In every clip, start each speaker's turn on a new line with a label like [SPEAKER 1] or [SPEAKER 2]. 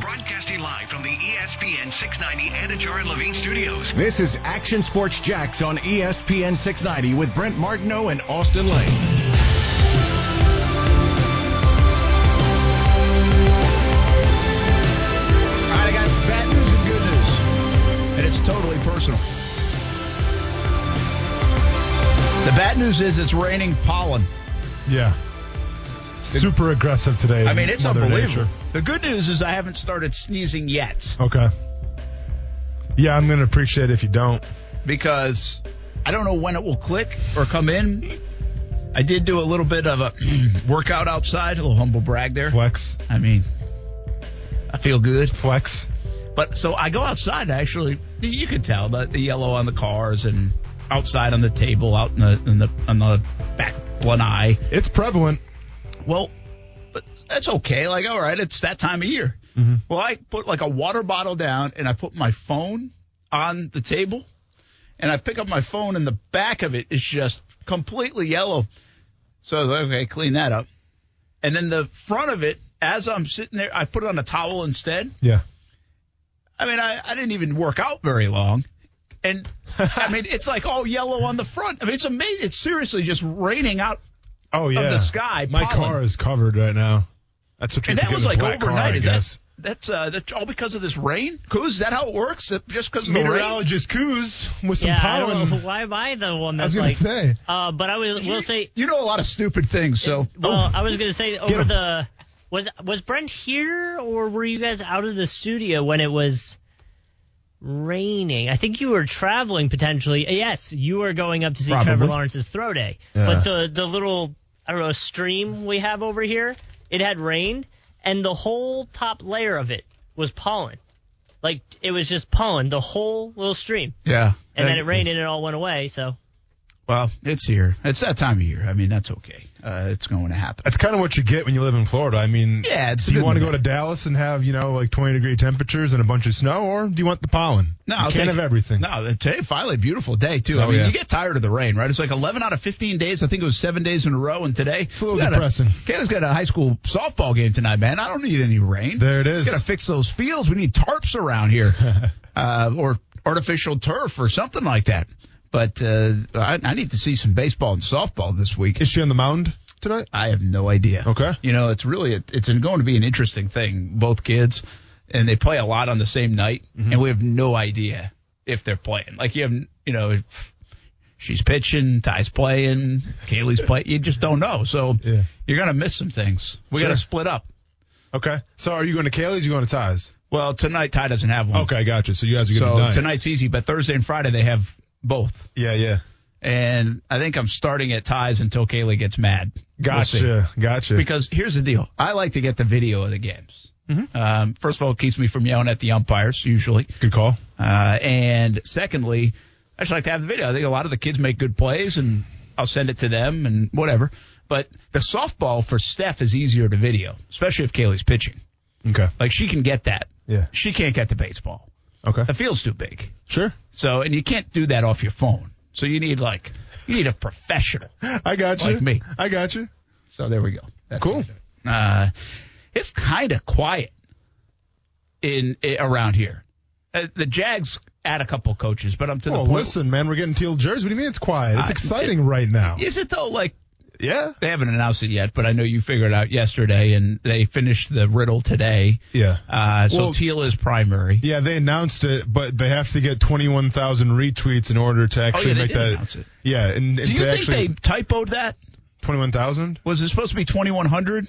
[SPEAKER 1] Broadcasting live from the E ESPN 690 Anajar and Levine Studios.
[SPEAKER 2] This is Action Sports Jacks on E ESPN 690 with Brent Martineau and Austin Lane.
[SPEAKER 3] All right, I got bad news and good news, and it's totally personal. The bad news is it's raining pollen.
[SPEAKER 4] Yeah. Super aggressive today.
[SPEAKER 3] I mean, it's
[SPEAKER 4] Mother
[SPEAKER 3] unbelievable.
[SPEAKER 4] Nature.
[SPEAKER 3] The good news is I haven't started sneezing yet
[SPEAKER 4] Okay. Yeah, I'm going to appreciate it if you don't.
[SPEAKER 3] because I don't know when it will click or come in. I did do a little bit of a workout outside, a little humble brag there.
[SPEAKER 4] Flex.
[SPEAKER 3] I mean, I feel good.
[SPEAKER 4] Flex.
[SPEAKER 3] But so I go outside. Actually, you can tell the, the yellow on the cars and outside on the table, out in the in the on the back one eye.
[SPEAKER 4] It's prevalent.
[SPEAKER 3] Well, but that's okay. Like, all right, it's that time of year. Well, I put like a water bottle down and I put my phone on the table, and I pick up my phone and the back of it is just completely yellow. So I was like, okay, clean that up. And then the front of it, as I'm sitting there, I put it on a towel instead.
[SPEAKER 4] Yeah.
[SPEAKER 3] I mean, I, I didn't even work out very long. And I mean, it's like all yellow on the front. I mean, it's amazing. It's seriously just raining out.
[SPEAKER 4] Oh, yeah.
[SPEAKER 3] the sky,
[SPEAKER 4] My
[SPEAKER 3] pollen.
[SPEAKER 4] car is covered right now. That's what you're
[SPEAKER 3] And that
[SPEAKER 4] getting
[SPEAKER 3] was
[SPEAKER 4] a
[SPEAKER 3] like
[SPEAKER 4] black car,
[SPEAKER 3] overnight.
[SPEAKER 4] I
[SPEAKER 3] Is
[SPEAKER 4] guess.
[SPEAKER 3] that that's uh that's all because of this rain? Coos, is that how it works? That just because of the rain?
[SPEAKER 4] Meteorologist Coos with some
[SPEAKER 5] yeah, I
[SPEAKER 4] pollen.
[SPEAKER 5] don't know. Why am I the one
[SPEAKER 4] I was
[SPEAKER 5] that's
[SPEAKER 4] going
[SPEAKER 5] like?
[SPEAKER 4] to say.
[SPEAKER 5] Uh, but I will, will say.
[SPEAKER 3] You know a lot of stupid things, so
[SPEAKER 5] Well, I was gonna say over
[SPEAKER 4] Oh. him.
[SPEAKER 5] the was was Brent here or were you guys out of the studio when it was raining? I think you were traveling potentially. Uh, Yes, you were going up to see Trevor
[SPEAKER 3] Probably.
[SPEAKER 5] Lawrence's throw day.
[SPEAKER 4] Yeah.
[SPEAKER 5] But the the little I don't know stream we have over here, it had rained and the whole top layer of it was pollen. Like it was just pollen, the whole little stream.
[SPEAKER 3] yeah.
[SPEAKER 5] And then it rained and it all went away. So
[SPEAKER 3] Well, it's here. It's that time of year. I mean, that's okay. Uh, it's going to happen.
[SPEAKER 4] That's kind of what you get when you live in Florida. I mean,
[SPEAKER 3] Yeah, it's
[SPEAKER 4] do you
[SPEAKER 3] good
[SPEAKER 4] want to go
[SPEAKER 3] in
[SPEAKER 4] to
[SPEAKER 3] that.
[SPEAKER 4] Dallas and have, you know, like 20 degree temperatures and a bunch of snow, or do you want the pollen?
[SPEAKER 3] No,
[SPEAKER 4] you
[SPEAKER 3] I'll
[SPEAKER 4] can't
[SPEAKER 3] take
[SPEAKER 4] have
[SPEAKER 3] it.
[SPEAKER 4] everything.
[SPEAKER 3] No, today finally a beautiful day too. I
[SPEAKER 4] Oh,
[SPEAKER 3] mean,
[SPEAKER 4] yeah.
[SPEAKER 3] you get tired of the rain, right? It's like 11 out of 15 days. I think it was seven days in a row, and today it's
[SPEAKER 4] a little depressing.
[SPEAKER 3] Kayla's got a high school softball game tonight, man. I don't need any rain.
[SPEAKER 4] There it is.
[SPEAKER 3] Got to fix those fields. We need tarps around here, uh, or artificial turf, or something like that. But uh, I, I need to see some baseball and softball this week.
[SPEAKER 4] Is she on the mound tonight?
[SPEAKER 3] I have no idea.
[SPEAKER 4] Okay.
[SPEAKER 3] You know, it's really it's going to be an interesting thing. Both kids, and they play a lot on the same night,
[SPEAKER 4] Mm-hmm.
[SPEAKER 3] and we have no idea if they're playing. Like you have, you know, if she's pitching, Ty's playing, Kaylee's playing. You just don't know. So
[SPEAKER 4] Yeah.
[SPEAKER 3] you're gonna miss some things. We
[SPEAKER 4] Sure.
[SPEAKER 3] gotta split up.
[SPEAKER 4] Okay. So are you going to Kaylee's? Or you going to Ty's?
[SPEAKER 3] Well, tonight Ty doesn't have one.
[SPEAKER 4] Okay, gotcha. So you guys are going
[SPEAKER 3] Mm. So
[SPEAKER 4] to tonight.
[SPEAKER 3] tonight's easy, but Thursday and Friday they have both.
[SPEAKER 4] Yeah, yeah.
[SPEAKER 3] And I think I'm starting at Ty's until Kaylee gets mad. We'll see.
[SPEAKER 4] Gotcha, gotcha.
[SPEAKER 3] because here's the deal. I like to get the video of the games. Um, first of all, it keeps me from yelling at the umpires usually.
[SPEAKER 4] Good call.
[SPEAKER 3] Uh, and secondly, I just like to have the video. I think a lot of the kids make good plays and I'll send it to them and whatever. But the softball for Steph is easier to video, especially if Kaylee's pitching.
[SPEAKER 4] Okay.
[SPEAKER 3] Like she can get that.
[SPEAKER 4] Yeah.
[SPEAKER 3] She can't get the baseball.
[SPEAKER 4] Okay.
[SPEAKER 3] The field's too big.
[SPEAKER 4] Sure.
[SPEAKER 3] So, and you can't do that off your phone. So you need like, you need a professional.
[SPEAKER 4] I got you.
[SPEAKER 3] Like me.
[SPEAKER 4] I got you.
[SPEAKER 3] So there we go. That's
[SPEAKER 4] Cool.
[SPEAKER 3] it. Uh, it's kind of quiet in, i around here. Uh, the Jags add a couple coaches, but I'm to
[SPEAKER 4] Well,
[SPEAKER 3] the point.
[SPEAKER 4] listen, man, we're getting teal jerseys. What do you mean it's quiet? It's
[SPEAKER 3] I-
[SPEAKER 4] exciting right now.
[SPEAKER 3] Is it though? Like
[SPEAKER 4] Yeah.
[SPEAKER 3] they haven't announced it yet, but I know you figured it out yesterday, and they finished the riddle today.
[SPEAKER 4] Yeah.
[SPEAKER 3] Uh, so
[SPEAKER 4] Well-
[SPEAKER 3] teal is primary.
[SPEAKER 4] Yeah, they announced it, but they have to get 21,000 retweets in order to actually
[SPEAKER 3] Oh, yeah, they
[SPEAKER 4] make
[SPEAKER 3] did
[SPEAKER 4] that.
[SPEAKER 3] announce it.
[SPEAKER 4] Yeah, and, and
[SPEAKER 3] Do you
[SPEAKER 4] to
[SPEAKER 3] think
[SPEAKER 4] actually
[SPEAKER 3] they typoed that?
[SPEAKER 4] 21,000?
[SPEAKER 3] Was it supposed to be 2100?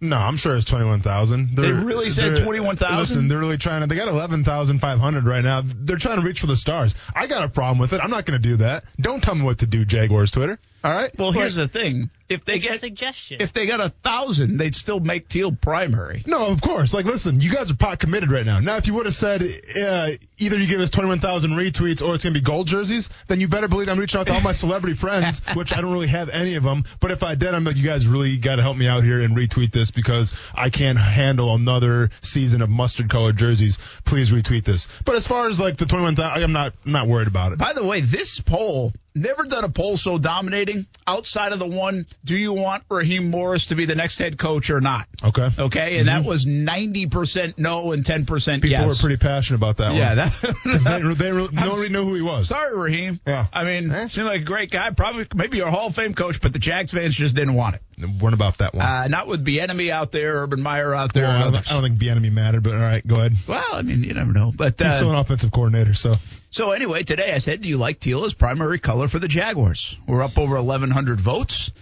[SPEAKER 4] No, I'm sure it's 21,000. They're-
[SPEAKER 3] really said
[SPEAKER 4] they're-
[SPEAKER 3] 21,000?
[SPEAKER 4] Listen, they're really trying to. They got 11,500 right now. They're trying to reach for the stars. I got a problem with it. I'm not going to do that. Don't tell me what to do, Jaguars Twitter.
[SPEAKER 3] All right. Well, here's the thing: if they
[SPEAKER 5] It's a
[SPEAKER 3] get
[SPEAKER 5] suggestion.
[SPEAKER 3] if they got a thousand, they'd still make Teal primary.
[SPEAKER 4] No, of course. Like, listen, you guys are pot committed right now. Now, if you would have said uh, either you give us 21,000 retweets or it's going to be gold jerseys, then you better believe I'm reaching out to all my celebrity friends, which I don't really have any of them. But if I did, I'm like, you guys really got to help me out here and retweet this because I can't handle another season of mustard colored jerseys. Please retweet this. But as far as like the 21,000, I'm not I'm not worried about it.
[SPEAKER 3] By the way, this poll never done a poll so dominating outside of the one: Do you want Raheem Morris to be the next head coach or not?
[SPEAKER 4] Okay.
[SPEAKER 3] Okay, and that was ninety percent no and ten percent
[SPEAKER 4] Mhm. People
[SPEAKER 3] yes.
[SPEAKER 4] were pretty passionate about that
[SPEAKER 3] yeah,
[SPEAKER 4] one.
[SPEAKER 3] that,
[SPEAKER 4] 'Cause they, they really- nobody knew who he was.
[SPEAKER 3] Sorry, Raheem.
[SPEAKER 4] Yeah.
[SPEAKER 3] I mean,
[SPEAKER 4] Eh?
[SPEAKER 3] seemed like a great guy. Probably, maybe a Hall of Fame coach, but the Jags fans just didn't want it.
[SPEAKER 4] Weren't about that one.
[SPEAKER 3] Uh, not with enemy out there, Urban Meyer out there.
[SPEAKER 4] Well, I,
[SPEAKER 3] and
[SPEAKER 4] don't,
[SPEAKER 3] others.
[SPEAKER 4] I don't think the enemy mattered, but all right, go ahead.
[SPEAKER 3] well, I mean, you never know. But
[SPEAKER 4] He's still
[SPEAKER 3] uh,
[SPEAKER 4] an offensive coordinator, so
[SPEAKER 3] so anyway, today I said, do you like teal as primary color for the Jaguars? We're up over 1,100 votes.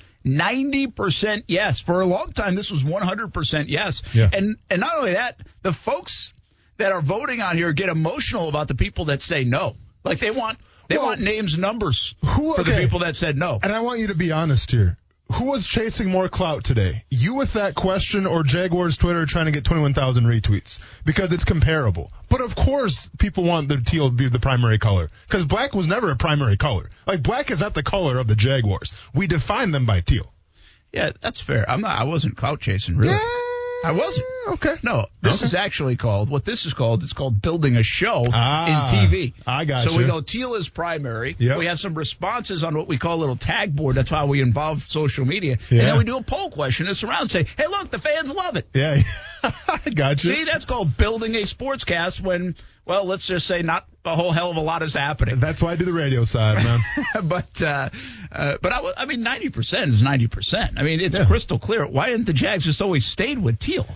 [SPEAKER 3] 90% yes. For a long time, this was 100% yes.
[SPEAKER 4] Yeah.
[SPEAKER 3] And and not only that, the folks that are voting on here get emotional about the people that say no. Like they want they
[SPEAKER 4] Well,
[SPEAKER 3] want names, numbers
[SPEAKER 4] who-
[SPEAKER 3] for the
[SPEAKER 4] okay.
[SPEAKER 3] people that said no.
[SPEAKER 4] and I want you to be honest here. Who was chasing more clout today? You with that question or Jaguars Twitter trying to get 21,000 retweets? Because it's comparable. But of course, people want the teal to be the primary color. Because black was never a primary color. Like, black is not the color of the Jaguars. We define them by teal.
[SPEAKER 3] Yeah, that's fair. I'm not. I wasn't clout chasing, really. I wasn't.
[SPEAKER 4] Okay.
[SPEAKER 3] No, this
[SPEAKER 4] Okay.
[SPEAKER 3] is actually called what this is called. It's called building a show
[SPEAKER 4] Ah,
[SPEAKER 3] in TV.
[SPEAKER 4] I got
[SPEAKER 3] So we
[SPEAKER 4] you.
[SPEAKER 3] go teal is primary.
[SPEAKER 4] Yep.
[SPEAKER 3] We have some responses on what we call a little tag board. That's why we involve social media. And
[SPEAKER 4] Yeah.
[SPEAKER 3] then we do a poll question. It's around say, hey, look, the fans love it.
[SPEAKER 4] Yeah. I got you.
[SPEAKER 3] See, that's called building a sportscast when, well, let's just say not a whole hell of a lot is happening.
[SPEAKER 4] That's why I do the radio side, man.
[SPEAKER 3] but uh, uh, but I, w- I mean, ninety percent is ninety percent. I mean, it's
[SPEAKER 4] Yeah.
[SPEAKER 3] crystal clear. Why didn't the Jags just always stayed with teal?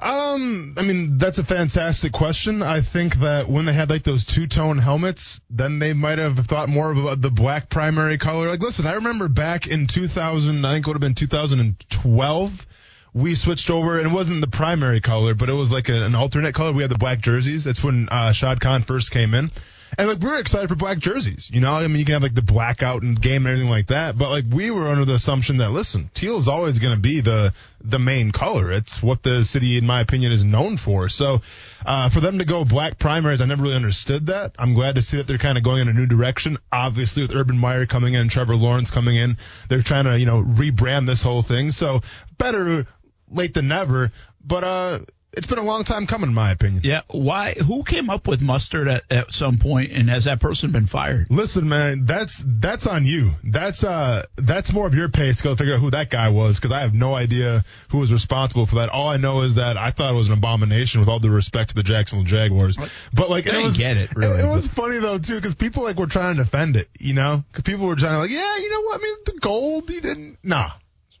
[SPEAKER 4] Um, I mean, that's a fantastic question. I think that when they had like those two tone helmets, then they might have thought more of the black primary color. Like, listen, I remember back in 2000, I think it would have been 2012. We switched over, and it wasn't the primary color, but it was like a- an alternate color. We had the black jerseys. That's when uh, Shad Khan first came in, and like we were excited for black jerseys. You know, I mean, you can have like the blackout and game and everything like that, but like we were under the assumption that listen, teal is always going to be the the main color. It's what the city, in my opinion, is known for. So uh, for them to go black primaries, I never really understood that. I'm glad to see that they're kind of going in a new direction. Obviously, with Urban Meyer coming in, Trevor Lawrence coming in, they're trying to you know rebrand this whole thing. So better late than never. But uh, it's been a long time coming, in my opinion.
[SPEAKER 3] Yeah. Why? Who came up with mustard at, at some point, and has that person been fired?
[SPEAKER 4] Listen, man, that's that's on you. That's uh that's more of your pay scale to figure out who that guy was because I have no idea who was responsible for that. All I know is that I thought it was an abomination with all due respect to the Jacksonville Jaguars. But like,
[SPEAKER 3] I
[SPEAKER 4] it
[SPEAKER 3] didn't
[SPEAKER 4] was
[SPEAKER 3] get it, really,
[SPEAKER 4] It, was funny though too because people like were trying to defend it, you know, because people were trying to like, yeah, you know what, I mean, the gold, he didn't, nah,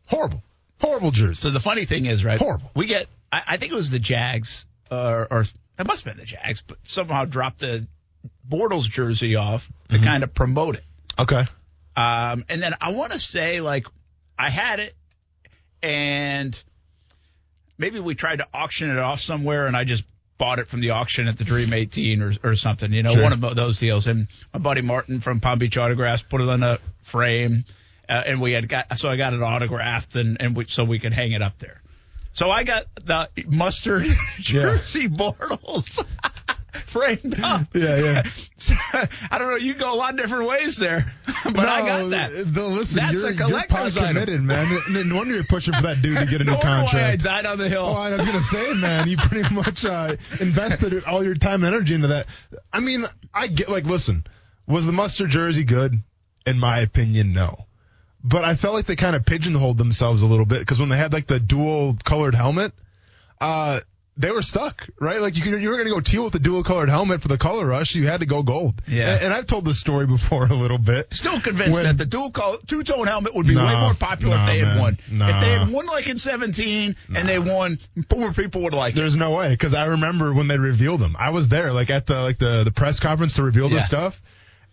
[SPEAKER 4] horrible, horrible jersey.
[SPEAKER 3] So the funny thing is, right?
[SPEAKER 4] Horrible.
[SPEAKER 3] We get. I, I think it was the Jags, or, or it must have been the Jags, but somehow dropped the Bortles jersey off to kind of promote it.
[SPEAKER 4] Okay,
[SPEAKER 3] Um, and then I want to say, like, I had it, and maybe we tried to auction it off somewhere, and I just bought it from the auction at the Dream 18 or, or something, you know,
[SPEAKER 4] Sure.
[SPEAKER 3] one of those deals. And my buddy Martin from Palm Beach Autographs put it in a frame, uh, and we had got, so I got it autographed, and, and we, so we could hang it up there. So I got the mustard jersey Bortles framed up.
[SPEAKER 4] yeah, yeah.
[SPEAKER 3] So, I don't know. You go a lot of different ways there, but I got
[SPEAKER 4] No,
[SPEAKER 3] that.
[SPEAKER 4] though, listen,
[SPEAKER 3] That's
[SPEAKER 4] you're, you're
[SPEAKER 3] a
[SPEAKER 4] pot
[SPEAKER 3] collector's item.
[SPEAKER 4] committed, man. No- No wonder you're pushing for that dude to get a
[SPEAKER 3] No
[SPEAKER 4] new
[SPEAKER 3] wonder why
[SPEAKER 4] contract.
[SPEAKER 3] I died on the hill.
[SPEAKER 4] Oh, I was gonna say, man, you pretty much uh, invested all your time and energy into that. I mean, I get like, listen, was the mustard jersey good? In my opinion, no. But I felt like they kind of pigeonholed themselves a little bit because when they had like the dual colored helmet, uh, they were stuck, right? Like you could, you were gonna go teal with the dual colored helmet for the color rush. You had to go gold.
[SPEAKER 3] Yeah.
[SPEAKER 4] And, and I've told this story before a little bit.
[SPEAKER 3] Still convinced
[SPEAKER 4] When-
[SPEAKER 3] that the dual col- two tone helmet would be way
[SPEAKER 4] Nah,
[SPEAKER 3] more popular
[SPEAKER 4] nah,
[SPEAKER 3] if they had
[SPEAKER 4] man.
[SPEAKER 3] won.
[SPEAKER 4] Nah.
[SPEAKER 3] If they had won like in 17 and they won, more people would like it.
[SPEAKER 4] There's no way because I remember when they revealed them. I was there, like at the like the the press conference to reveal
[SPEAKER 3] Yeah.
[SPEAKER 4] the stuff.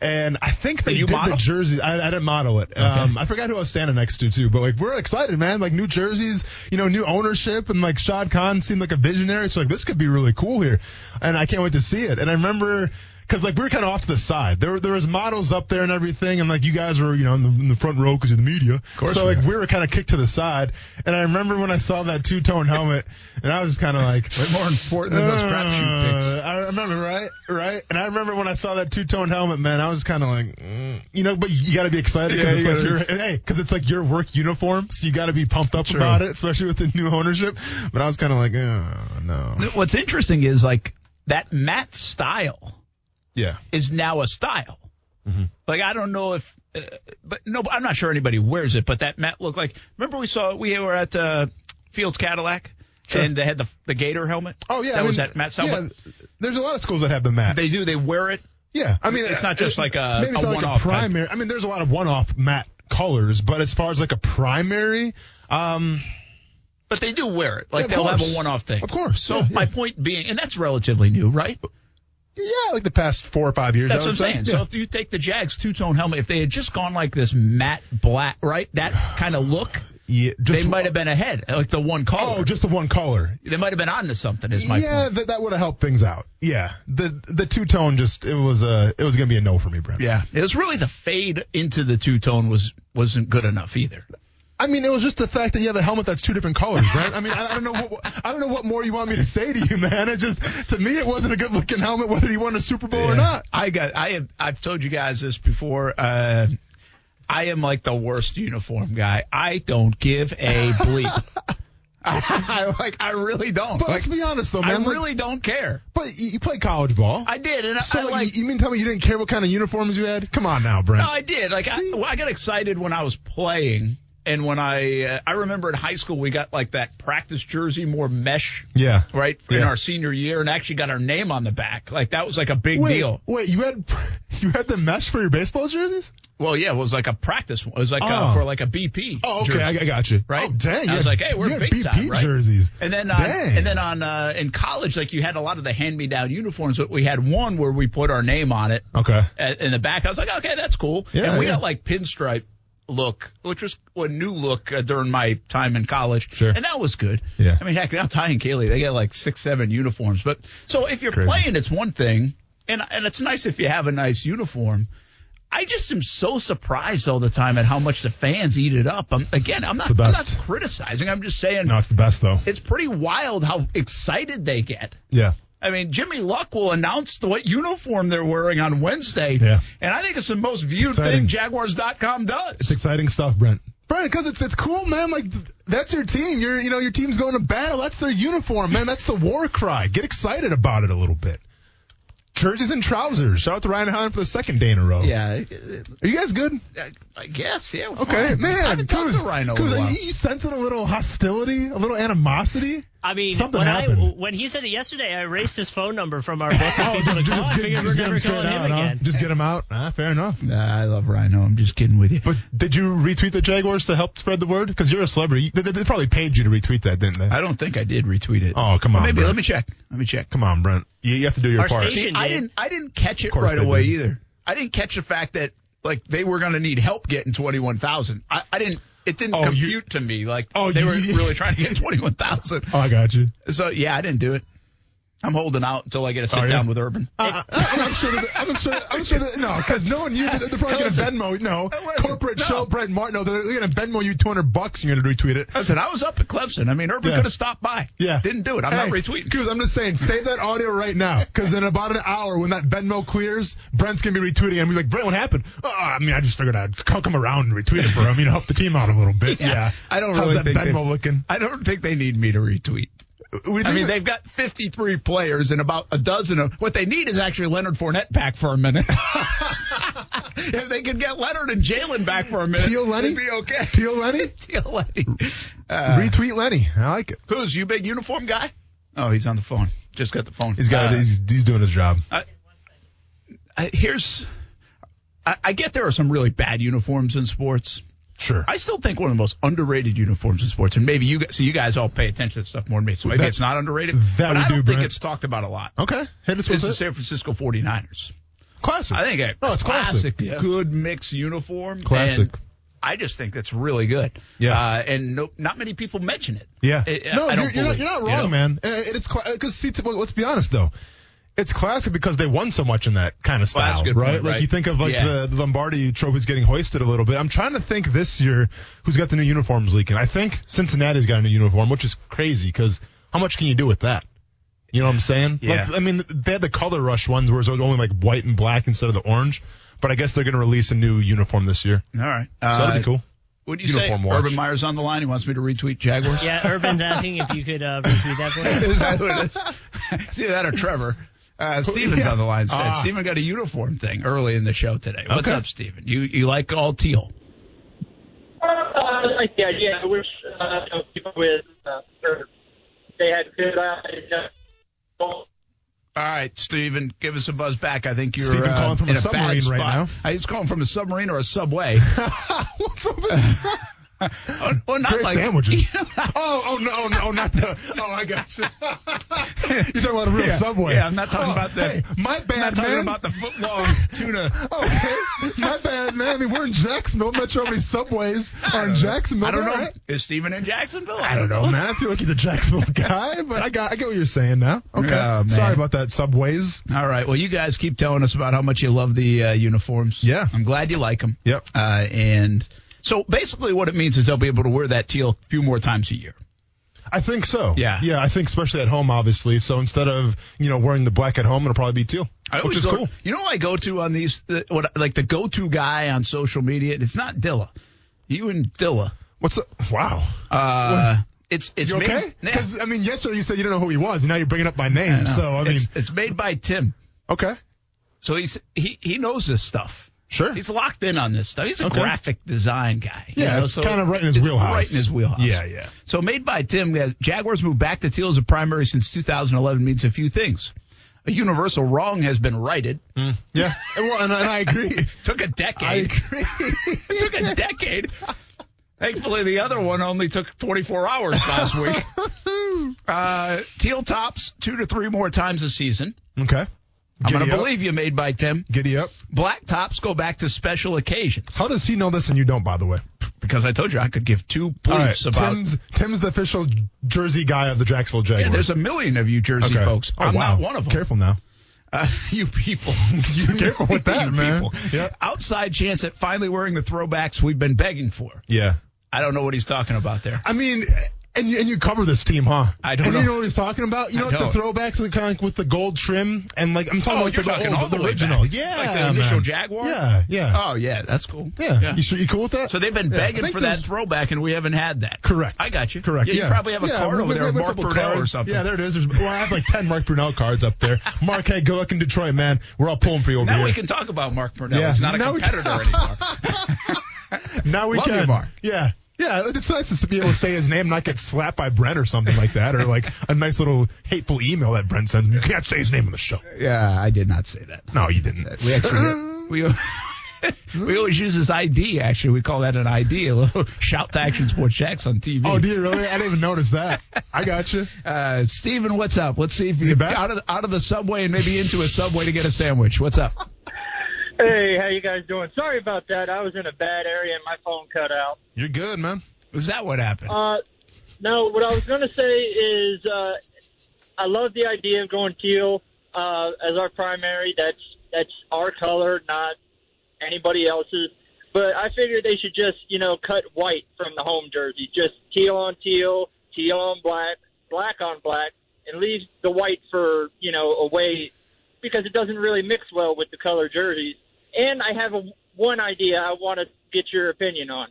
[SPEAKER 4] And I think they
[SPEAKER 3] Did you
[SPEAKER 4] did
[SPEAKER 3] model?
[SPEAKER 4] the jerseys. I, I didn't model it. Um, I forgot who I was standing next to too, but like we're excited, man. Like new jerseys, you know, new ownership, and like Shad Khan seemed like a visionary. So like this could be really cool here, and I can't wait to see it. And I remember because like we were kind of off to the side. There, were- there was models up there and everything, and like you guys were, you know, in the, in the front row because of the media.
[SPEAKER 3] course
[SPEAKER 4] so
[SPEAKER 3] we
[SPEAKER 4] like
[SPEAKER 3] are.
[SPEAKER 4] we were kind of kicked to the side, and I remember when I saw that two tone helmet, and I was kind of like,
[SPEAKER 3] Way more important than those crapshoot picks.
[SPEAKER 4] uh, I remember, right? Right? And I remember when I saw that two tone helmet, man, I was kind of like, mm. you know, but you got to be excited
[SPEAKER 3] Yeah,
[SPEAKER 4] because
[SPEAKER 3] you
[SPEAKER 4] it's,
[SPEAKER 3] gotta
[SPEAKER 4] like
[SPEAKER 3] be-
[SPEAKER 4] your, hey, 'cause it's like your work uniform, so you got to be pumped up
[SPEAKER 3] True.
[SPEAKER 4] about it, especially with the new ownership. But I was kind of like, oh, no.
[SPEAKER 3] What's interesting is like that Matt style
[SPEAKER 4] Yeah.
[SPEAKER 3] is now a style.
[SPEAKER 4] Mm-hmm.
[SPEAKER 3] Like I don't know if, uh, but no, I'm not sure anybody wears it. But that Matt looked like. Remember we saw we were at uh, Fields Cadillac. And they had the the gator helmet.
[SPEAKER 4] Oh, yeah.
[SPEAKER 3] that
[SPEAKER 4] I mean,
[SPEAKER 3] was that Matt style.
[SPEAKER 4] Yeah,
[SPEAKER 3] But
[SPEAKER 4] there's a lot of schools that have the mat.
[SPEAKER 3] They do. They wear it.
[SPEAKER 4] Yeah, I mean,
[SPEAKER 3] It's not just like a-
[SPEAKER 4] maybe it's
[SPEAKER 3] a
[SPEAKER 4] not
[SPEAKER 3] one-off
[SPEAKER 4] like
[SPEAKER 3] type.
[SPEAKER 4] a primary. I mean, there's a lot of one-off matte colors, but as far as like a primary, um,
[SPEAKER 3] But they do wear it. Like
[SPEAKER 4] Yeah, of
[SPEAKER 3] they'll have
[SPEAKER 4] course.
[SPEAKER 3] a one-off thing.
[SPEAKER 4] Of course,
[SPEAKER 3] So
[SPEAKER 4] yeah,
[SPEAKER 3] my
[SPEAKER 4] yeah.
[SPEAKER 3] point being, and that's relatively new, right?
[SPEAKER 4] yeah, like the past four or five years.
[SPEAKER 3] That's
[SPEAKER 4] I
[SPEAKER 3] what I'm
[SPEAKER 4] would
[SPEAKER 3] saying.
[SPEAKER 4] say.
[SPEAKER 3] So
[SPEAKER 4] Yeah.
[SPEAKER 3] if you take the Jags two-tone helmet, if they had just gone like this matte black, right, that kind of look,
[SPEAKER 4] Yeah, just,
[SPEAKER 3] they might have been ahead, like the one color.
[SPEAKER 4] Oh, just the one color.
[SPEAKER 3] they might have been onto something. Is my
[SPEAKER 4] yeah,
[SPEAKER 3] point.
[SPEAKER 4] that, that would have helped things out. Yeah, the the two tone just it was a it was gonna be a no for me, Brent.
[SPEAKER 3] Yeah, it was really the fade into the two-tone was wasn't good enough either.
[SPEAKER 4] I mean, it was just the fact that you have a helmet that's two different colors, right? I mean, I, I don't know what I don't know what more you want me to say to you, man. It just to me it wasn't a good looking helmet, whether you won a Super Bowl or not.
[SPEAKER 3] I got. I have. I've told you guys this before. Uh, I am like the worst uniform guy. I don't give a bleep. I, like. I really don't.
[SPEAKER 4] But
[SPEAKER 3] Like,
[SPEAKER 4] let's be honest though,
[SPEAKER 3] I
[SPEAKER 4] man. like-
[SPEAKER 3] really don't care.
[SPEAKER 4] But you, you played college ball.
[SPEAKER 3] I did, and I,
[SPEAKER 4] so
[SPEAKER 3] I like.
[SPEAKER 4] you, you mean tell me you didn't care what kind of uniforms you had? Come on now, Brent.
[SPEAKER 3] No, I did. Like I,
[SPEAKER 4] See?
[SPEAKER 3] well, I got excited when I was playing, and when I uh, I remember in high school we got like that practice jersey, more mesh.
[SPEAKER 4] Yeah.
[SPEAKER 3] Right in
[SPEAKER 4] Yeah.
[SPEAKER 3] our senior year, and actually got our name on the back. Like that was like a big
[SPEAKER 4] wait,
[SPEAKER 3] deal.
[SPEAKER 4] wait, you had you had the mesh for your baseball jerseys?
[SPEAKER 3] Well, yeah, it was like a practice. one. It was like uh
[SPEAKER 4] Oh.
[SPEAKER 3] for like a BP.
[SPEAKER 4] Oh, okay,
[SPEAKER 3] jersey.
[SPEAKER 4] I, I got you.
[SPEAKER 3] Right?
[SPEAKER 4] Oh, dang.
[SPEAKER 3] I was
[SPEAKER 4] yeah.
[SPEAKER 3] like, hey, we're
[SPEAKER 4] you had
[SPEAKER 3] big
[SPEAKER 4] BP
[SPEAKER 3] time, right?
[SPEAKER 4] jerseys.
[SPEAKER 3] And then, on,
[SPEAKER 4] dang.
[SPEAKER 3] and then on uh, in college, like you had a lot of the hand-me-down uniforms. But we had one where we put our name on it
[SPEAKER 4] okay.
[SPEAKER 3] at, in the back. I was like, okay, that's cool.
[SPEAKER 4] Yeah,
[SPEAKER 3] and we
[SPEAKER 4] yeah.
[SPEAKER 3] got like pinstripe look, which was a new look uh, during my time in college.
[SPEAKER 4] Sure.
[SPEAKER 3] And that was good.
[SPEAKER 4] Yeah.
[SPEAKER 3] I mean, heck, now Ty and Kaylee, they got like six, seven uniforms. But so if you're
[SPEAKER 4] Crazy.
[SPEAKER 3] playing, it's one thing, and and it's nice if you have a nice uniform. I just am so surprised all the time at how much the fans eat it up. I'm, again, I'm not,
[SPEAKER 4] the
[SPEAKER 3] I'm
[SPEAKER 4] best.
[SPEAKER 3] not criticizing. I'm just saying
[SPEAKER 4] No, it's the best though.
[SPEAKER 3] it's pretty wild how excited they get.
[SPEAKER 4] yeah.
[SPEAKER 3] I mean, Jimmy Luck will announce the, what uniform they're wearing on Wednesday.
[SPEAKER 4] Yeah.
[SPEAKER 3] And I think it's the most viewed
[SPEAKER 4] Exciting.
[SPEAKER 3] thing Jaguars.com does.
[SPEAKER 4] It's exciting stuff, Brent. Brent, because it's it's cool, man. Like th- that's your team. Your you know your team's going to battle. That's their uniform, man. That's the war cry. Get excited about it a little bit. Churches and trousers. Shout out to Ryan Hahn for the second day in a row.
[SPEAKER 3] yeah.
[SPEAKER 4] Are you guys good?
[SPEAKER 3] I- I guess, yeah. we're
[SPEAKER 4] Okay,
[SPEAKER 3] fine. I
[SPEAKER 4] man.
[SPEAKER 3] haven't talked
[SPEAKER 4] Kuz,
[SPEAKER 3] to Ryan over
[SPEAKER 4] Kuz,
[SPEAKER 3] a while.
[SPEAKER 4] you, you sensing a little hostility, a little animosity.
[SPEAKER 5] I mean,
[SPEAKER 4] Something
[SPEAKER 5] when I
[SPEAKER 4] happened.
[SPEAKER 5] when he said it yesterday, I erased his phone number from our list of people to
[SPEAKER 4] Just
[SPEAKER 5] call. Oh, I
[SPEAKER 4] get-
[SPEAKER 5] figured we're
[SPEAKER 4] just get
[SPEAKER 5] never
[SPEAKER 4] 'em straight
[SPEAKER 5] calling him
[SPEAKER 4] out, huh?
[SPEAKER 5] again.
[SPEAKER 4] Just get him out. Ah, fair enough.
[SPEAKER 3] Nah, I love Rhino. I'm just kidding with you.
[SPEAKER 4] But did you retweet the Jaguars to help spread the word? Because you're a celebrity. They, they probably paid you to retweet that, didn't they?
[SPEAKER 3] I don't think I did retweet it.
[SPEAKER 4] Oh, come on,
[SPEAKER 3] Maybe
[SPEAKER 4] bro.
[SPEAKER 3] let me check. Let me check.
[SPEAKER 4] Come on, Brent. You, you have to do your
[SPEAKER 5] Our
[SPEAKER 4] part.
[SPEAKER 5] station-
[SPEAKER 3] I
[SPEAKER 5] did.
[SPEAKER 3] didn't. I didn't catch it
[SPEAKER 4] course
[SPEAKER 3] right
[SPEAKER 4] they
[SPEAKER 3] away
[SPEAKER 4] did.
[SPEAKER 3] either. I didn't catch the fact that like they were going to need help getting twenty one thousand. I, I didn't. It didn't
[SPEAKER 4] Oh, you-
[SPEAKER 3] compute to me like
[SPEAKER 4] Oh,
[SPEAKER 3] they
[SPEAKER 4] you-
[SPEAKER 3] were really trying to get twenty one thousand.
[SPEAKER 4] Oh, I got you.
[SPEAKER 3] So yeah, I didn't do it. I'm holding out until I get a sit
[SPEAKER 4] Are
[SPEAKER 3] down
[SPEAKER 4] you?
[SPEAKER 3] with Urban.
[SPEAKER 4] I, I, I'm sure. That, I'm sure. I'm sure that no, because no one you they're probably gonna
[SPEAKER 3] Listen.
[SPEAKER 4] Venmo. No
[SPEAKER 3] Listen,
[SPEAKER 4] corporate
[SPEAKER 3] no.
[SPEAKER 4] show, Brent Martin. No, they're, they're gonna Venmo you 200 bucks. and You're gonna retweet it.
[SPEAKER 3] Listen, I was up at Clemson. I mean, Urban
[SPEAKER 4] Yeah.
[SPEAKER 3] could have stopped by.
[SPEAKER 4] Yeah.
[SPEAKER 3] didn't do it. I'm not retweeting.
[SPEAKER 4] Because I'm just saying, save that audio right now. Because in about an hour, when that Venmo clears, Brent's going to be retweeting. and be like, Brent, what happened? Oh, I mean, I just figured I'd c- come around and retweet it for him, you know, help the team out a little bit. Yeah.
[SPEAKER 3] I don't
[SPEAKER 4] How's
[SPEAKER 3] really
[SPEAKER 4] that
[SPEAKER 3] think
[SPEAKER 4] Venmo
[SPEAKER 3] they-
[SPEAKER 4] looking?
[SPEAKER 3] I don't think they need me to retweet.
[SPEAKER 4] We
[SPEAKER 3] I
[SPEAKER 4] think
[SPEAKER 3] mean,
[SPEAKER 4] that-
[SPEAKER 3] they've got 53 players and about a dozen of what they need is actually Leonard Fournette back for a minute. if they could get Leonard and Jalen back for a minute,
[SPEAKER 4] Teal Lenny?
[SPEAKER 3] it'd be okay.
[SPEAKER 4] Teal Lenny?
[SPEAKER 3] Teal Lenny. Uh,
[SPEAKER 4] retweet Lenny. I like it.
[SPEAKER 3] who's you big uniform guy? Oh, he's on the phone. Just got the phone.
[SPEAKER 4] He's got.
[SPEAKER 3] Uh,
[SPEAKER 4] he's, he's doing his job.
[SPEAKER 3] I, I, here's. I, I get there are some really bad uniforms in sports.
[SPEAKER 4] Sure.
[SPEAKER 3] I still think one of the most underrated uniforms in sports, and maybe you guys, so you guys all pay attention to this stuff more than me, so maybe
[SPEAKER 4] That-
[SPEAKER 3] it's not underrated,
[SPEAKER 4] that
[SPEAKER 3] but
[SPEAKER 4] we
[SPEAKER 3] I don't
[SPEAKER 4] do,
[SPEAKER 3] think
[SPEAKER 4] Brent.
[SPEAKER 3] it's talked about a lot.
[SPEAKER 4] okay. Hit us
[SPEAKER 3] It's
[SPEAKER 4] with
[SPEAKER 3] the
[SPEAKER 4] it.
[SPEAKER 3] San Francisco 49ers.
[SPEAKER 4] classic.
[SPEAKER 3] I think a
[SPEAKER 4] Oh, it's
[SPEAKER 3] classic,
[SPEAKER 4] classic. Yeah.
[SPEAKER 3] good mix uniform.
[SPEAKER 4] Classic.
[SPEAKER 3] and I just think that's really good.
[SPEAKER 4] Yeah.
[SPEAKER 3] Uh, and no, not many people mention it.
[SPEAKER 4] Yeah.
[SPEAKER 3] I- I-
[SPEAKER 4] no,
[SPEAKER 3] I don't
[SPEAKER 4] you're, you're, not,
[SPEAKER 3] believe
[SPEAKER 4] you're
[SPEAKER 3] it,
[SPEAKER 4] not
[SPEAKER 3] you
[SPEAKER 4] wrong,
[SPEAKER 3] know?
[SPEAKER 4] man. Uh, It's because see, t- well, let's be honest though. it's classic because they won so much in that kind of
[SPEAKER 3] Well,
[SPEAKER 4] style,
[SPEAKER 3] that's a good
[SPEAKER 4] right?
[SPEAKER 3] point,
[SPEAKER 4] Like
[SPEAKER 3] right.
[SPEAKER 4] you think of like
[SPEAKER 3] Yeah.
[SPEAKER 4] the the Lombardi trophies getting hoisted a little bit. I'm trying to think this year who's got the new uniforms leaking. I think Cincinnati's got a new uniform, which is crazy because how much can you do with that? You know what I'm saying?
[SPEAKER 3] Yeah.
[SPEAKER 4] Like, I mean, they had the color rush ones where it was only like white and black instead of the orange, but I guess they're going to release a new uniform this year.
[SPEAKER 3] All right.
[SPEAKER 4] So that'd be cool.
[SPEAKER 3] What do you
[SPEAKER 4] Uniform
[SPEAKER 3] say?
[SPEAKER 4] watch.
[SPEAKER 3] Urban Meyer's on the line. He wants me to retweet Jaguars.
[SPEAKER 5] Yeah, Urban's asking if you could uh, retweet that for me.
[SPEAKER 3] Is that what it is? It's either that or Trevor. Uh, Steven's on the line. Said
[SPEAKER 4] Ah.
[SPEAKER 3] Steven got a uniform thing early in the show today. What's
[SPEAKER 4] Okay.
[SPEAKER 3] up, Steven? You you like all teal?
[SPEAKER 6] Uh, I like the idea. I wish uh, you know, people with uh, or they had good eyes. uh, well,
[SPEAKER 3] All right, Steven, give us a buzz back. I think you're
[SPEAKER 4] Steven
[SPEAKER 3] uh,
[SPEAKER 4] calling from
[SPEAKER 3] in
[SPEAKER 4] a
[SPEAKER 3] a bad
[SPEAKER 4] submarine right
[SPEAKER 3] spot.
[SPEAKER 4] now.
[SPEAKER 3] Uh, He's calling from a submarine or a subway.
[SPEAKER 4] What's up with
[SPEAKER 3] oh, oh, not
[SPEAKER 4] Great
[SPEAKER 3] like
[SPEAKER 4] sandwiches. oh, oh no, oh, no, not the. Oh, I got you. You're talking about a real
[SPEAKER 3] Yeah,
[SPEAKER 4] subway. Oh,
[SPEAKER 3] yeah, I'm not talking about the-
[SPEAKER 4] Hey, my bad,
[SPEAKER 3] not talking
[SPEAKER 4] man.
[SPEAKER 3] about the footlong tuna.
[SPEAKER 4] okay, my bad, man. I mean, we're in Jacksonville. I'm not sure how many subways are in Jacksonville.
[SPEAKER 3] I don't know.
[SPEAKER 4] right?
[SPEAKER 3] Is Steven in Jacksonville?
[SPEAKER 4] I don't know, man. I feel like he's a Jacksonville guy, but I got I get what you're saying now. Okay,
[SPEAKER 3] Yeah, man.
[SPEAKER 4] sorry about that. Subways.
[SPEAKER 3] All right. Well, you guys keep telling us about how much you love the uh, uniforms.
[SPEAKER 4] Yeah.
[SPEAKER 3] I'm glad you like them.
[SPEAKER 4] Yep.
[SPEAKER 3] Uh, and so basically, what it means is they'll be able to wear that teal a few more times a year.
[SPEAKER 4] I think so.
[SPEAKER 3] Yeah.
[SPEAKER 4] yeah. I think especially at home, obviously. So instead of you know wearing the black at home, it'll probably be teal,
[SPEAKER 3] I
[SPEAKER 4] which
[SPEAKER 3] always
[SPEAKER 4] is
[SPEAKER 3] go-
[SPEAKER 4] cool.
[SPEAKER 3] You know who I go to on these, the, what, like the go-to guy on social media? It's not Dilla. You and Dilla.
[SPEAKER 4] What's up? Wow.
[SPEAKER 3] Uh, it's it's
[SPEAKER 4] You
[SPEAKER 3] made,
[SPEAKER 4] okay?
[SPEAKER 3] Yeah.
[SPEAKER 4] Because I mean, yesterday you said you didn't know who he was, and now you're bringing up my name. so I mean,
[SPEAKER 3] it's, it's made by Tim.
[SPEAKER 4] okay,
[SPEAKER 3] So he's he he knows this stuff.
[SPEAKER 4] sure.
[SPEAKER 3] He's locked in on this stuff. He's a
[SPEAKER 4] Okay.
[SPEAKER 3] graphic design guy. you
[SPEAKER 4] yeah,
[SPEAKER 3] know,
[SPEAKER 4] it's
[SPEAKER 3] so
[SPEAKER 4] kind of right in his
[SPEAKER 3] it's
[SPEAKER 4] wheelhouse.
[SPEAKER 3] Right in his wheelhouse.
[SPEAKER 4] Yeah, yeah.
[SPEAKER 3] So made by Tim, we have Jaguars moved back to teal as a primary since 2011 means a few things. A universal wrong has been righted.
[SPEAKER 4] Hmm. Yeah, and, well, and, and I agree.
[SPEAKER 3] Took a decade. it took a decade. Thankfully, the other one only took 24 hours last week. Uh, teal tops two to three more times a season.
[SPEAKER 4] Okay.
[SPEAKER 3] I'm going
[SPEAKER 4] Giddy
[SPEAKER 3] to
[SPEAKER 4] up.
[SPEAKER 3] believe you, made by Tim.
[SPEAKER 4] Giddy up.
[SPEAKER 3] Black tops go back to special occasions
[SPEAKER 4] How does he know this and you don't, by the way?
[SPEAKER 3] because I told you I could give two
[SPEAKER 4] All right.
[SPEAKER 3] bleeps about.
[SPEAKER 4] Tim's, Tim's the official jersey guy of the Jacksonville
[SPEAKER 3] yeah,
[SPEAKER 4] Jaguars.
[SPEAKER 3] there's a million of you Jersey
[SPEAKER 4] Okay.
[SPEAKER 3] folks.
[SPEAKER 4] Oh,
[SPEAKER 3] I'm
[SPEAKER 4] wow.
[SPEAKER 3] not one of them.
[SPEAKER 4] Careful now.
[SPEAKER 3] Uh, you people.
[SPEAKER 4] You careful with that,
[SPEAKER 3] You
[SPEAKER 4] man.
[SPEAKER 3] people.
[SPEAKER 4] Yeah.
[SPEAKER 3] Outside chance at finally wearing the throwbacks we've been begging for.
[SPEAKER 4] Yeah.
[SPEAKER 3] I don't know what he's talking about there.
[SPEAKER 4] I mean, and you, and you cover this team, huh?
[SPEAKER 3] I don't
[SPEAKER 4] and
[SPEAKER 3] know.
[SPEAKER 4] you know what he's talking about? You
[SPEAKER 3] I
[SPEAKER 4] know, like the
[SPEAKER 3] don't.
[SPEAKER 4] throwbacks, like, kind of like with the gold trim, and like I'm talking
[SPEAKER 3] Oh,
[SPEAKER 4] like
[SPEAKER 3] you're
[SPEAKER 4] the,
[SPEAKER 3] talking
[SPEAKER 4] oh,
[SPEAKER 3] all
[SPEAKER 4] the,
[SPEAKER 3] the way
[SPEAKER 4] original.
[SPEAKER 3] back.
[SPEAKER 4] Yeah,
[SPEAKER 3] Like the initial
[SPEAKER 4] man.
[SPEAKER 3] Jaguar?
[SPEAKER 4] Yeah, yeah,
[SPEAKER 3] Oh yeah, that's cool.
[SPEAKER 4] yeah. You sure you cool with that?
[SPEAKER 3] So they've been
[SPEAKER 4] Yeah. I
[SPEAKER 3] begging
[SPEAKER 4] think
[SPEAKER 3] for that
[SPEAKER 4] there's-
[SPEAKER 3] throwback, and we haven't had that.
[SPEAKER 4] Correct.
[SPEAKER 3] I got you.
[SPEAKER 4] Correct.
[SPEAKER 3] Yeah, you
[SPEAKER 4] yeah.
[SPEAKER 3] probably have a
[SPEAKER 4] Yeah,
[SPEAKER 3] card
[SPEAKER 4] we-
[SPEAKER 3] over
[SPEAKER 4] we
[SPEAKER 3] there,
[SPEAKER 4] have a
[SPEAKER 3] Mark
[SPEAKER 4] couple
[SPEAKER 3] Brunell or
[SPEAKER 4] cards.
[SPEAKER 3] something.
[SPEAKER 4] Yeah, there it is. There's, well, I have like 10 Mark Brunell cards up there. Mark, hey, good luck in Detroit, man. We're all pulling for you over
[SPEAKER 3] now
[SPEAKER 4] here.
[SPEAKER 3] we can talk about Mark Brunell.
[SPEAKER 4] Yeah.
[SPEAKER 3] He's not a
[SPEAKER 4] Now we can-
[SPEAKER 3] competitor anymore.
[SPEAKER 4] now we
[SPEAKER 3] Love
[SPEAKER 4] can.
[SPEAKER 3] you, Mark.
[SPEAKER 4] Yeah. Yeah, it's nice to be able to say his name, and not get slapped by Brent or something like that, or like a nice little hateful email that Brent sends. me. You can't say his name on the show.
[SPEAKER 3] Yeah, I did not say that.
[SPEAKER 4] No, you didn't.
[SPEAKER 3] We actually we we always use his ID. Actually, we call that an ID. A little shout to Action Sports Jacks on TV.
[SPEAKER 4] Oh, do you really? I didn't even notice that. I got you.
[SPEAKER 3] Uh, Steven, what's up? Let's see if
[SPEAKER 4] he
[SPEAKER 3] you
[SPEAKER 4] back?
[SPEAKER 3] out of out of the subway and maybe into a subway to get a sandwich. What's up?
[SPEAKER 6] Hey, how you guys doing? Sorry about that. I was in a bad area and my phone cut out.
[SPEAKER 4] You're good, man.
[SPEAKER 3] Was that what happened?
[SPEAKER 6] Uh, no, what I was going to say is uh, I love the idea of going teal uh, as our primary. That's that's our color, not anybody else's. But I figured they should just you know cut white from the home jersey, just teal on teal, teal on black, black on black, and leave the white for you know away because it doesn't really mix well with the color jerseys. And I have a, one idea I want to get your opinion on.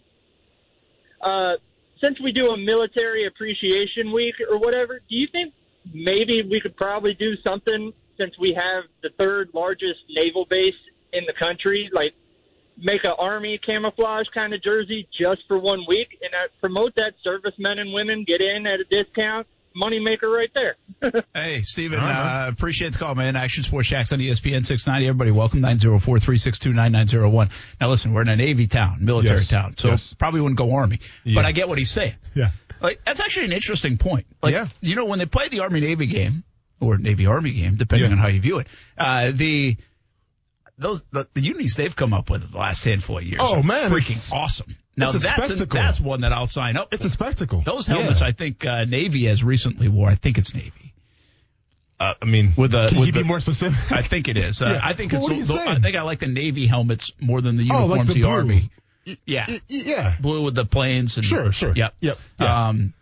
[SPEAKER 6] Uh, since we do a military appreciation week or whatever, do you think maybe we could probably do something since we have the third largest naval base in the country, like make a army camouflage kind of jersey just for one week and uh, promote that servicemen and women get in at a discount, moneymaker right there.
[SPEAKER 3] Hey, Steven,
[SPEAKER 4] All right,
[SPEAKER 3] uh, appreciate the call, man. Action Sports Shacks on E ESPN 690. Everybody, welcome 904 362 9901. Now, listen, we're in a Navy town, military
[SPEAKER 4] Yes.
[SPEAKER 3] town, so
[SPEAKER 4] Yes.
[SPEAKER 3] probably wouldn't go Army.
[SPEAKER 4] Yeah.
[SPEAKER 3] But I get what he's saying.
[SPEAKER 4] Yeah.
[SPEAKER 3] Like, that's actually an interesting point. Like,
[SPEAKER 4] Yeah.
[SPEAKER 3] you know, when they play the Army Navy game, or Navy Army game, depending
[SPEAKER 4] Yeah.
[SPEAKER 3] on how you view it, uh, the. Those the, the unis they've come up with in the last handful of years.
[SPEAKER 4] Oh,
[SPEAKER 3] are
[SPEAKER 4] man,
[SPEAKER 3] freaking
[SPEAKER 4] it's-
[SPEAKER 3] awesome! Now
[SPEAKER 4] it's a
[SPEAKER 3] that's
[SPEAKER 4] spectacle.
[SPEAKER 3] that's one that I'll sign up.
[SPEAKER 4] It's
[SPEAKER 3] for.
[SPEAKER 4] a spectacle.
[SPEAKER 3] Those helmets,
[SPEAKER 4] Yeah.
[SPEAKER 3] I think uh, Navy has recently wore. I think it's Navy.
[SPEAKER 4] Uh, I mean,
[SPEAKER 3] With the-
[SPEAKER 4] can
[SPEAKER 3] with
[SPEAKER 4] you
[SPEAKER 3] the-
[SPEAKER 4] be more specific?
[SPEAKER 3] I think it is. Uh,
[SPEAKER 4] Yeah.
[SPEAKER 3] I think
[SPEAKER 4] Well,
[SPEAKER 3] it's.
[SPEAKER 4] what are you
[SPEAKER 3] the- I
[SPEAKER 4] saying?
[SPEAKER 3] think I like the navy helmets more than the
[SPEAKER 4] Oh,
[SPEAKER 3] uniforms.
[SPEAKER 4] like the
[SPEAKER 3] the,
[SPEAKER 4] blue.
[SPEAKER 3] army. Yeah,
[SPEAKER 4] Y- y- yeah,
[SPEAKER 3] blue with the planes. And,
[SPEAKER 4] Sure, sure.
[SPEAKER 3] Yep,
[SPEAKER 4] Yep, yeah.
[SPEAKER 3] Um,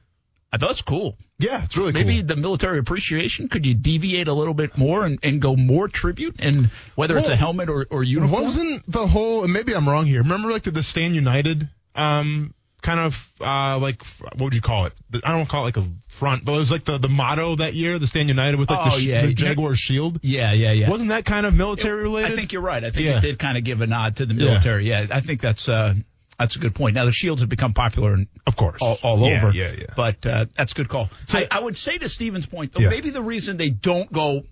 [SPEAKER 3] I thought it's cool.
[SPEAKER 4] yeah. It's really
[SPEAKER 3] Maybe
[SPEAKER 4] cool.
[SPEAKER 3] the military appreciation. Could you deviate a little bit more and, and go more tribute? And whether it's a
[SPEAKER 4] Well,
[SPEAKER 3] helmet or, or uniform.
[SPEAKER 4] Wasn't the whole? and Maybe I'm wrong here. Remember, like the, the Stand United, um, kind of uh, like what would you call it? The- I don't want to call it like a front, but it was like the, the motto that year, the Stand United with like
[SPEAKER 3] Oh,
[SPEAKER 4] the, sh-
[SPEAKER 3] yeah.
[SPEAKER 4] the Jaguar shield.
[SPEAKER 3] Yeah, yeah, yeah.
[SPEAKER 4] Wasn't that kind of military related?
[SPEAKER 3] I think you're right. I think
[SPEAKER 4] Yeah.
[SPEAKER 3] it did kind of give a nod to the military. Yeah, I think that's uh, that's a good point. Now the shields have become popular, in,
[SPEAKER 4] Of course.
[SPEAKER 3] all, all
[SPEAKER 4] Yeah,
[SPEAKER 3] over.
[SPEAKER 4] yeah, yeah.
[SPEAKER 3] But uh, that's a good call.
[SPEAKER 4] So-
[SPEAKER 3] I, I would say to Steven's point, though,
[SPEAKER 4] Yeah.
[SPEAKER 3] maybe the reason they don't go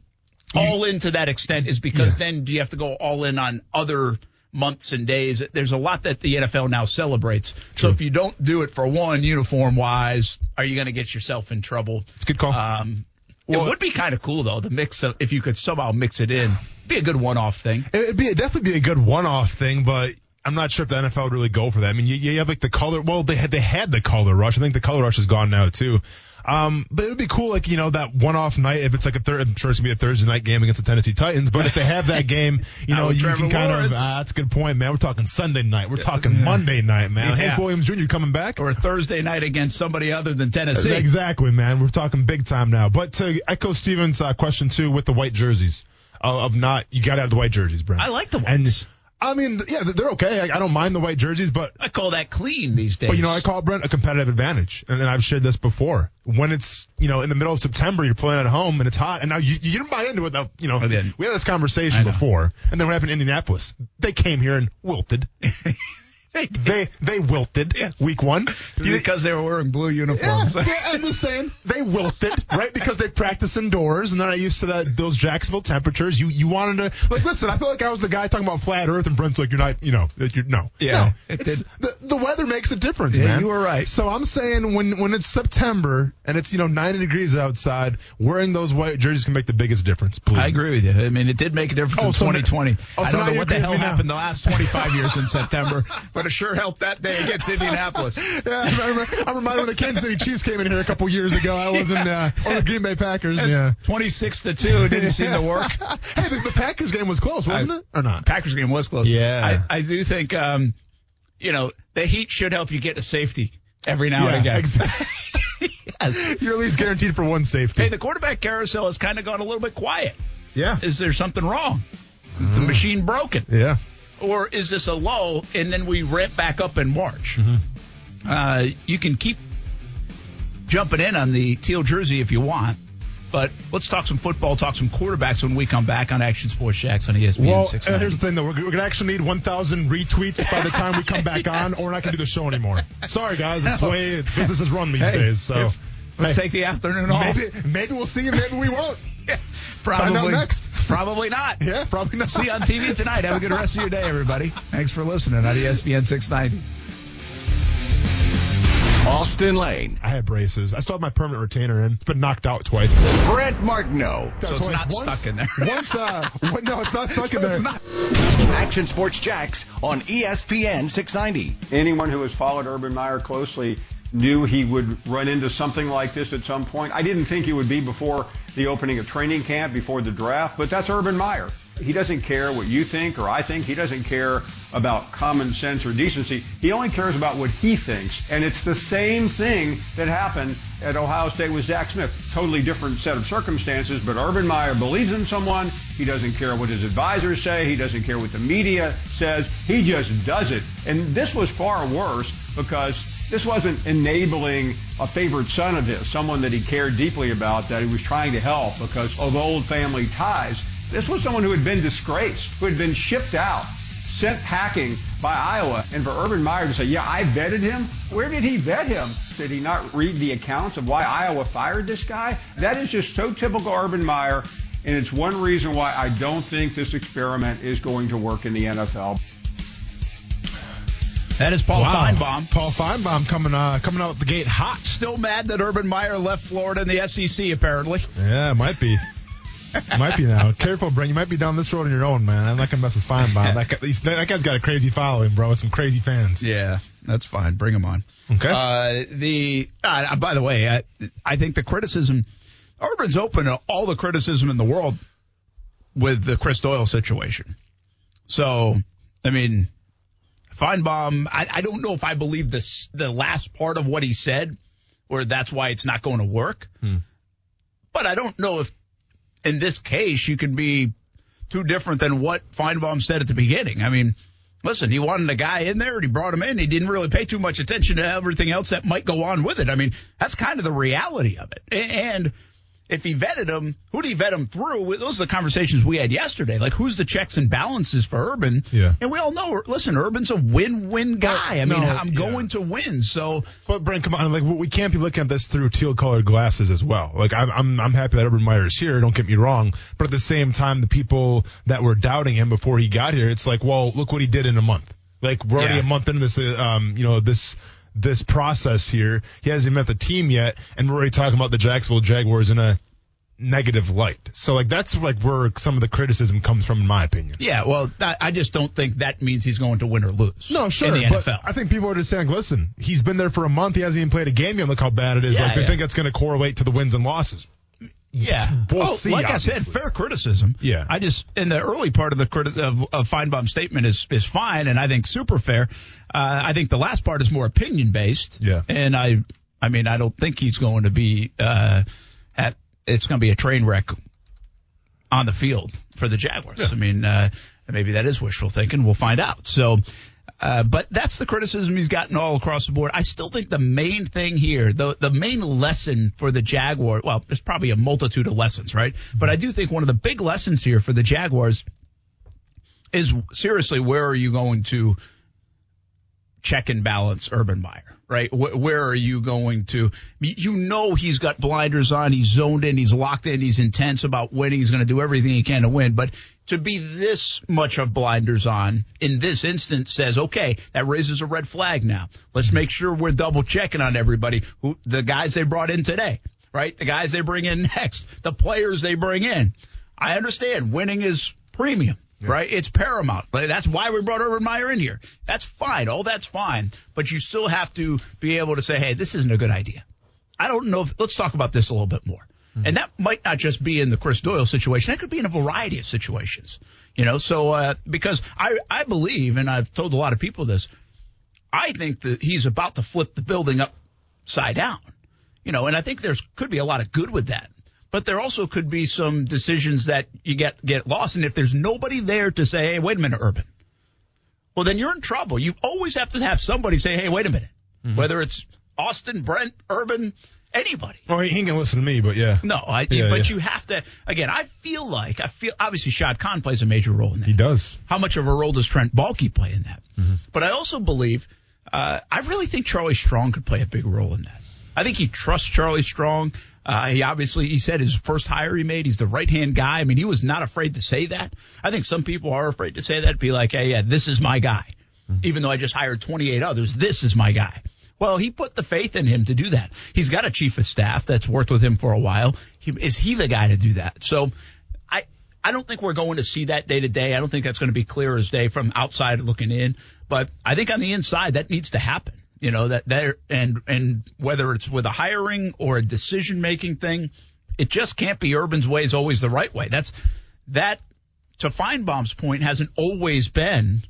[SPEAKER 3] all in to that extent is because then you have to go all in on other months and days. There's a lot that the NFL now celebrates. So if you don't do it for one uniform wise, are you going to get yourself in trouble?
[SPEAKER 4] it's a good call.
[SPEAKER 3] Um, it would be kind of cool though, the mix of, if you could somehow mix it in, be a good one-off thing.
[SPEAKER 4] It- It'd be it'd definitely be a good one-off thing, but I'm not sure if the NFL would really go for that. I mean, you, you have like the color. Well, they had they had the color rush. I think the color rush is gone now too. Um, but it would be cool, like you know, that one-off night if it's like a third. I'm sure it's gonna be a Thursday night game against the Tennessee Titans. But if they have that game, you know,
[SPEAKER 3] Out with
[SPEAKER 4] you
[SPEAKER 3] Trevor
[SPEAKER 4] can kind
[SPEAKER 3] Lawrence.
[SPEAKER 4] of. Ah, that's a good point, man. We're talking Sunday night. We're talking Monday night, man.
[SPEAKER 3] Yeah.
[SPEAKER 4] Hank Williams Jr. coming back.
[SPEAKER 3] Or Thursday night against somebody other than Tennessee.
[SPEAKER 4] Exactly, man. We're talking big time now. But to echo Steven's uh, question too, with the white jerseys uh, of not, you got to have the white jerseys, Brent.
[SPEAKER 3] I like the
[SPEAKER 4] And
[SPEAKER 3] whites.
[SPEAKER 4] I mean, th- yeah, they're okay. I, I don't mind the white jerseys, but
[SPEAKER 3] I call that clean these days.
[SPEAKER 4] but you know, I call it, Brent a competitive advantage, and, and I've shared this before. When it's you know in the middle of September, you're playing at home and it's hot, and now you, you didn't buy into it. Though, you know,
[SPEAKER 3] I didn't.
[SPEAKER 4] we had this
[SPEAKER 3] Oh, I
[SPEAKER 4] conversation
[SPEAKER 3] know.
[SPEAKER 4] before, and then what happened in Indianapolis? They came here and wilted. they they wilted
[SPEAKER 3] Yes.
[SPEAKER 4] week one. You-
[SPEAKER 3] because they were wearing blue
[SPEAKER 4] yeah,
[SPEAKER 3] uniforms.
[SPEAKER 4] yeah, I'm just saying they wilted, right? Because they practice indoors and they're not used to that those Jacksonville temperatures. You you wanted to like listen. I feel like I was the guy talking about flat Earth and Brent's like you're not, you know, that you're no,
[SPEAKER 3] Yeah,
[SPEAKER 4] No,
[SPEAKER 3] it
[SPEAKER 4] it's-
[SPEAKER 3] did.
[SPEAKER 4] the the weather makes a difference,
[SPEAKER 3] Yeah,
[SPEAKER 4] man.
[SPEAKER 3] you were right.
[SPEAKER 4] So I'm saying when when it's September and it's you know 90 degrees outside, wearing those white jerseys can make the biggest difference. Believe
[SPEAKER 3] I
[SPEAKER 4] me.
[SPEAKER 3] agree with you. I mean, it did make a difference
[SPEAKER 4] Oh,
[SPEAKER 3] in
[SPEAKER 4] so now-
[SPEAKER 3] 2020.
[SPEAKER 4] oh,
[SPEAKER 3] I
[SPEAKER 4] so
[SPEAKER 3] don't
[SPEAKER 4] now
[SPEAKER 3] know
[SPEAKER 4] you
[SPEAKER 3] what the
[SPEAKER 4] agree
[SPEAKER 3] hell
[SPEAKER 4] with me now.
[SPEAKER 3] happened the last 25 years in September, but it sure helped that day against Indianapolis.
[SPEAKER 4] Yeah, I remember, I'm reminded when the Kansas City Chiefs came in here a couple years ago. I wasn't, uh, or the Green Bay Packers. Yeah.
[SPEAKER 3] 26 to 2 didn't seem to work.
[SPEAKER 4] hey, the, the Packers game was close, wasn't
[SPEAKER 3] I-
[SPEAKER 4] it? Or not?
[SPEAKER 3] Packers game was close.
[SPEAKER 4] Yeah.
[SPEAKER 3] I, I do think, um, you know, the heat should help you get to safety every now and again.
[SPEAKER 4] exactly. You're at least guaranteed for one safety.
[SPEAKER 3] Hey, the quarterback carousel has kind of gone a little bit quiet.
[SPEAKER 4] yeah.
[SPEAKER 3] Is there something wrong? Is The machine broken?
[SPEAKER 4] yeah.
[SPEAKER 3] Or is this a lull and then we ramp back up in March?
[SPEAKER 4] Mm-hmm.
[SPEAKER 3] Uh, you can keep jumping in on the teal jersey if you want. But let's talk some football, talk some quarterbacks when we come back on Action Sports Shacks on E ESPN
[SPEAKER 4] Well, uh,
[SPEAKER 3] 690.
[SPEAKER 4] here's the thing, though. We're, we're going to actually need 1,000 retweets by the time we come back on, or we're not going to do the show anymore. Sorry, guys. It's the way businesses run these
[SPEAKER 3] Hey,
[SPEAKER 4] days. So
[SPEAKER 3] it's- Let's
[SPEAKER 4] Hey,
[SPEAKER 3] take the afternoon off.
[SPEAKER 4] maybe, maybe we'll see you. Maybe we won't.
[SPEAKER 3] probably
[SPEAKER 4] Find out next.
[SPEAKER 3] Probably not.
[SPEAKER 4] Yeah, probably not.
[SPEAKER 3] See you on TV tonight. Have a good rest of your day, everybody. Thanks for listening on E ESPN 690.
[SPEAKER 2] Austin Lane,
[SPEAKER 4] I had braces. I still have my permanent retainer in. It's been knocked out twice.
[SPEAKER 2] Brent Martineau.
[SPEAKER 3] So it's not stuck in there.
[SPEAKER 4] Once, uh, one- no, it's not stuck in there.
[SPEAKER 3] It's not.
[SPEAKER 2] Action Sports Jacks on E ESPN 690.
[SPEAKER 7] anyone who has followed Urban Meyer closely knew he would run into something like this at some point. I didn't think it would be before the opening of training camp, before the draft, but that's Urban Meyer. He doesn't care what you think or I think. He doesn't care about common sense or decency. He only cares about what he thinks. And it's the same thing that happened at Ohio State with Zach Smith. Totally different set of circumstances, but Urban Meyer believes in someone. He doesn't care what his advisors say. He doesn't care what the media says. He just does it. And this was far worse because this wasn't enabling a favorite son of his, someone that he cared deeply about, that he was trying to help because of old family ties. This was someone who had been disgraced, who had been shipped out, sent packing by Iowa. And for Urban Meyer to say, yeah, I vetted him, where did he vet him? Did he not read the accounts of why Iowa fired this guy? That is just so typical Urban Meyer. And it's one reason why I don't think this experiment is going to work in the NFL.
[SPEAKER 3] That is Paul
[SPEAKER 4] Wow.
[SPEAKER 3] Feinbaum.
[SPEAKER 4] Paul Feinbaum coming uh, coming out the gate hot.
[SPEAKER 3] Still mad that Urban Meyer left Florida and the SEC, apparently.
[SPEAKER 4] Yeah, might be. might be now. Careful, Brent. You might be down this road on your own, man. I'm not gonna mess with Feinbaum. That guy, he's- that guy's got a crazy following, bro. Some crazy fans.
[SPEAKER 3] Yeah, that's fine. Bring him on.
[SPEAKER 4] Okay.
[SPEAKER 8] uh,
[SPEAKER 3] Uh, the uh, by the way, I, I think the criticism
[SPEAKER 8] Urban's open to all the criticism in the world with the Chris Doyle situation. So, I mean, Feinbaum, I, I don't know if I believe this, the last part of what he said, or that's why it's not going to work. But I don't know if in this case you can be too different than what Feinbaum said at the beginning. I mean, listen, he wanted a guy in there and he brought him in. He didn't really pay too much attention to everything else that might go on with it. I mean, that's kind of the reality of it. A- And if he vetted him, who did he vet him through? Those are the conversations we had yesterday. Like, who's the checks and balances for Urban?
[SPEAKER 4] Yeah.
[SPEAKER 8] And we all know, listen, Urban's a win-win guy. I mean,
[SPEAKER 4] No,
[SPEAKER 8] I'm
[SPEAKER 4] yeah.
[SPEAKER 8] going to win. So
[SPEAKER 4] But Brent, come on, like we can't be looking at this through teal-colored glasses as well. Like I'm, I'm, I'm happy that Urban Meyer is here. Don't get me wrong, but at the same time, the people that were doubting him before he got here, it's like, well, look what he did in a month. Like we're already
[SPEAKER 8] Yeah.
[SPEAKER 4] a month into this, uh, um, you know, this this process here. He hasn't even met the team yet, and we're already talking about the Jacksonville Jaguars in a negative light. So like that's like where some of the criticism comes from, in my opinion.
[SPEAKER 8] Yeah, well, I I just don't think that means he's going to win or lose.
[SPEAKER 4] No, sure.
[SPEAKER 8] In the
[SPEAKER 4] but
[SPEAKER 8] NFL.
[SPEAKER 4] I think people are just saying, listen, he's been there for a month. He hasn't even played a game yet. Look how bad it is.
[SPEAKER 8] Yeah,
[SPEAKER 4] like, they
[SPEAKER 8] yeah.
[SPEAKER 4] think that's going to correlate to the wins and losses.
[SPEAKER 8] yeah.
[SPEAKER 4] we'll
[SPEAKER 8] oh,
[SPEAKER 4] see,
[SPEAKER 8] like I
[SPEAKER 4] obviously.
[SPEAKER 8] said, fair criticism.
[SPEAKER 4] Yeah.
[SPEAKER 8] I just in the early part of the criti- of, of Feinbaum's statement is is fine, and I think super fair. Uh, I think the last part is more opinion based.
[SPEAKER 4] Yeah.
[SPEAKER 8] And I, I mean, I don't think he's going to be uh, at. It's going to be a train wreck on the field for the Jaguars. I mean, uh, maybe that is wishful thinking. We'll find out. So, uh, but that's the criticism he's gotten all across the board. I still think the main thing here, the the main lesson for the Jaguar, well, there's probably a multitude of lessons, right? But I do think one of the big lessons here for the Jaguars is seriously, where are you going to check and balance Urban Meyer, right? Where, where are you going to? You know he's got blinders on, he's zoned in, he's locked in, he's intense about winning, he's going to do everything he can to win. But to be this much of blinders on in this instance says, okay, that raises a red flag now. Let's make sure we're double checking on everybody, who the guys they brought in today, right? The guys they bring in next, the players they bring in. I understand winning is premium, right? It's paramount. Like, That's why we brought Urban Meyer in here. That's fine. All that's fine. But you still have to be able to say, hey, this isn't a good idea. I don't know if let's talk about this a little bit more. And that might not just be in the Chris Doyle situation. That could be in a variety of situations, you know. So uh, because I I believe, and I've told a lot of people this, I think that he's about to flip the building upside down, you know, and I think there's could be a lot of good with that. But there also could be some decisions that you get get lost, and if there's nobody there to say, "Hey, wait a minute, Urban," well, then you're in trouble. You always have to have somebody say, "Hey, wait a minute,"
[SPEAKER 4] Mm-hmm.
[SPEAKER 8] whether it's Austin, Brent, Urban, anybody.
[SPEAKER 4] Oh, he ain't going to listen to me, but yeah.
[SPEAKER 8] No, I,
[SPEAKER 4] Yeah,
[SPEAKER 8] but
[SPEAKER 4] yeah.
[SPEAKER 8] you have to. Again, I feel like I feel obviously Shad Khan plays a major role in that
[SPEAKER 4] He does.
[SPEAKER 8] how much of a role does Trent Baalke play in that? But I also believe, uh, I really think Charlie Strong could play a big role in that. I think he trusts Charlie Strong. Uh, he obviously, he said his first hire he made, he's the right hand guy. I mean, he was not afraid to say that. I think some people are afraid to say that, be like, hey, yeah, this is my guy. Even though I just hired 28 others, this is my guy. Well, he put the faith in him to do that. He's got a chief of staff that's worked with him for a while. He, is he the guy to do that? So I I don't think we're going to see that day to day. I don't think that's going to be clear as day from outside looking in. But I think on the inside that needs to happen. You know that there and and whether it's with a hiring or a decision making thing, it just can't be Urban's way is always the right way. That's that to Feinbaum's point hasn't always been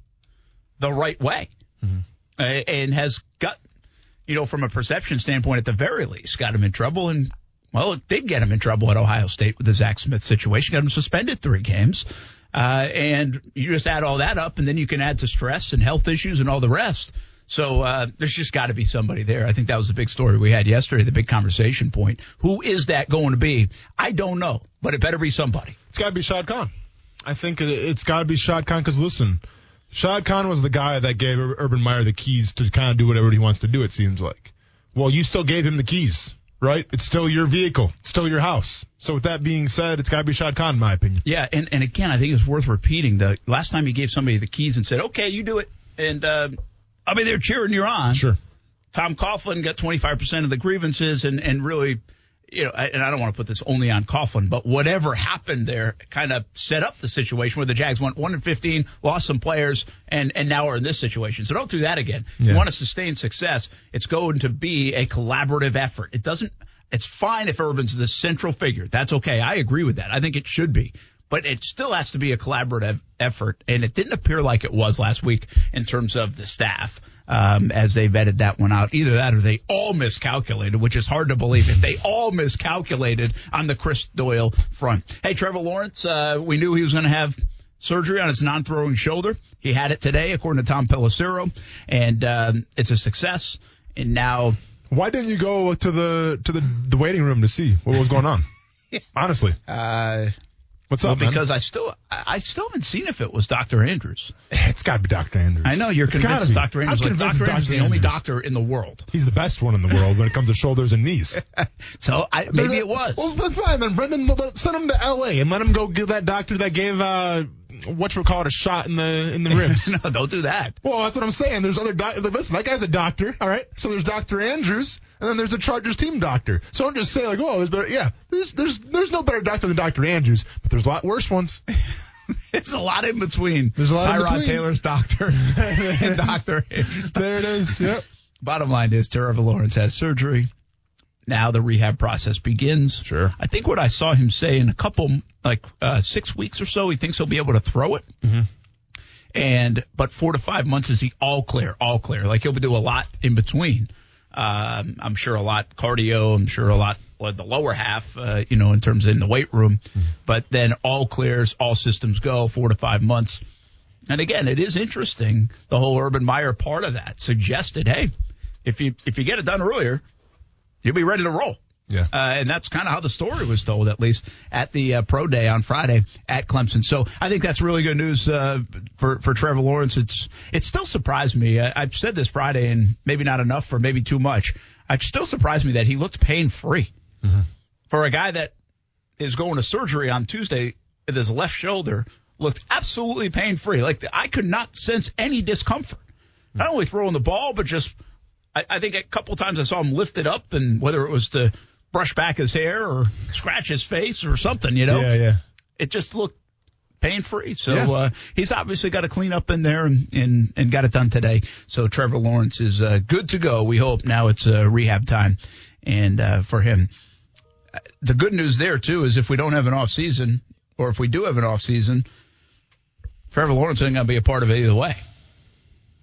[SPEAKER 8] the right way, A- and has got you know from a perception standpoint at the very least got him in trouble and well, it did get him in trouble at Ohio State with the Zach Smith situation, got him suspended three games. Uh, and you just add all that up, and then you can add to stress and health issues and all the rest. So uh, there's just got to be somebody there. I think that was the big story we had yesterday, the big conversation point. Who is that going to be? I don't know, but it better be somebody.
[SPEAKER 4] It's got to be Shad Khan. I think it- it's got to be Shad Khan because, listen, Shad Khan was the guy that gave Ur- Urban Meyer the keys to kind of do whatever he wants to do, it seems like. Well, you still gave him the keys, right? It's still your vehicle, it's still your house. So, with that being said, it's got to be Shad Khan, in my opinion.
[SPEAKER 8] Yeah, and, and again, I think it's worth repeating. The last time he gave somebody the keys and said, "Okay, you do it," and uh, I'll be there cheering you on.
[SPEAKER 4] Sure.
[SPEAKER 8] Tom Coughlin got 25% of the grievances and, and really, you know, I- and I don't want to put this only on Coughlin, but whatever happened there kind of set up the situation where the Jags went 1 and 15, lost some players, and, and now are in this situation. So don't do that again. If
[SPEAKER 4] Yeah.
[SPEAKER 8] you want to sustain success, it's going to be a collaborative effort. It doesn't, It's fine if Urban's the central figure. That's okay. I agree with that. I think it should be. But it still has to be a collaborative effort, and it didn't appear like it was last week in terms of the staff um, as they vetted that one out. Either that or they all miscalculated, which is hard to believe. If they all miscalculated on the Chris Doyle front. Hey, Trevor Lawrence, uh, we knew he was going to have surgery on his non-throwing shoulder. He had it today, according to Tom Pelissero, and um, it's a success. And now
[SPEAKER 4] Why didn't you go to the to the, the waiting room to see what was going on? Honestly,
[SPEAKER 8] Uh,
[SPEAKER 4] what's
[SPEAKER 8] well,
[SPEAKER 4] up? man?
[SPEAKER 8] because I still, I I still haven't seen if it was Dr. Andrews.
[SPEAKER 4] it's got to be Dr. Andrews.
[SPEAKER 8] I know you're
[SPEAKER 4] It's
[SPEAKER 8] convinced
[SPEAKER 4] gotta
[SPEAKER 8] it's
[SPEAKER 4] be.
[SPEAKER 8] Dr. Andrews.
[SPEAKER 4] I'm
[SPEAKER 8] Like,
[SPEAKER 4] convinced
[SPEAKER 8] Dr. Andrews is the only
[SPEAKER 4] Andrews.
[SPEAKER 8] doctor in the world.
[SPEAKER 4] He's the best one in the world when it comes to shoulders and knees.
[SPEAKER 8] So I, maybe it was.
[SPEAKER 4] Well, then fine. Then Brendan, send him to L.A. and let him go give that doctor that gave uh, what you call it a shot in the in the ribs.
[SPEAKER 8] no, don't do that.
[SPEAKER 4] Well, that's what I'm saying. There's other doc- listen. That guy's a doctor, all right. So there's Doctor Andrews, and then there's a Chargers team doctor. So don't just say like, oh, there's better. Yeah, there's there's there's no better doctor than Doctor Andrews, but there's a lot worse ones.
[SPEAKER 8] It's a lot in between.
[SPEAKER 4] There's a lot in
[SPEAKER 8] Tyrod
[SPEAKER 4] between.
[SPEAKER 8] Taylor's doctor and Dr. Andrews.
[SPEAKER 4] there it is. Yep.
[SPEAKER 8] Bottom line is Trevor Lawrence has surgery. Now the rehab process begins.
[SPEAKER 4] Sure.
[SPEAKER 8] I think what I saw him say in a couple, like uh, six weeks or so, he thinks he'll be able to throw it. And but four to five months is he all clear, all clear. Like he'll do a lot in between. Um, I'm sure a lot cardio. I'm sure a lot well, the lower half, uh, you know, in terms of in the weight room. But then all clears, all systems go. Four to five months. And again, it is interesting the whole Urban Meyer part of that suggested, hey, if you if you get it done earlier, you'll be ready to roll.
[SPEAKER 4] Yeah.
[SPEAKER 8] Uh, and that's kind of how the story was told, at least at the uh, pro day on Friday at Clemson. So I think that's really good news uh, for for Trevor Lawrence. It's it still surprised me. I, I've said this Friday, and maybe not enough, or maybe too much. It still surprised me that he looked pain free
[SPEAKER 4] Mm-hmm.
[SPEAKER 8] for a guy that is going to surgery on Tuesday with his left shoulder looked absolutely pain free. Like I could not sense any discomfort.
[SPEAKER 4] Hmm.
[SPEAKER 8] Not only throwing the ball, but just I, I think a couple times I saw him lift it up, and whether it was to brush back his hair or scratch his face or something, you know,
[SPEAKER 4] Yeah. Yeah.
[SPEAKER 8] it just looked pain free. So
[SPEAKER 4] Yeah.
[SPEAKER 8] uh, he's obviously got to clean up in there and, and and got it done today. So Trevor Lawrence is uh, good to go. We hope now it's uh, rehab time, and uh, for him, Uh, the good news there too is if we don't have an off season, or if we do have an off season, Trevor Lawrence ain't going to be a part of it either way,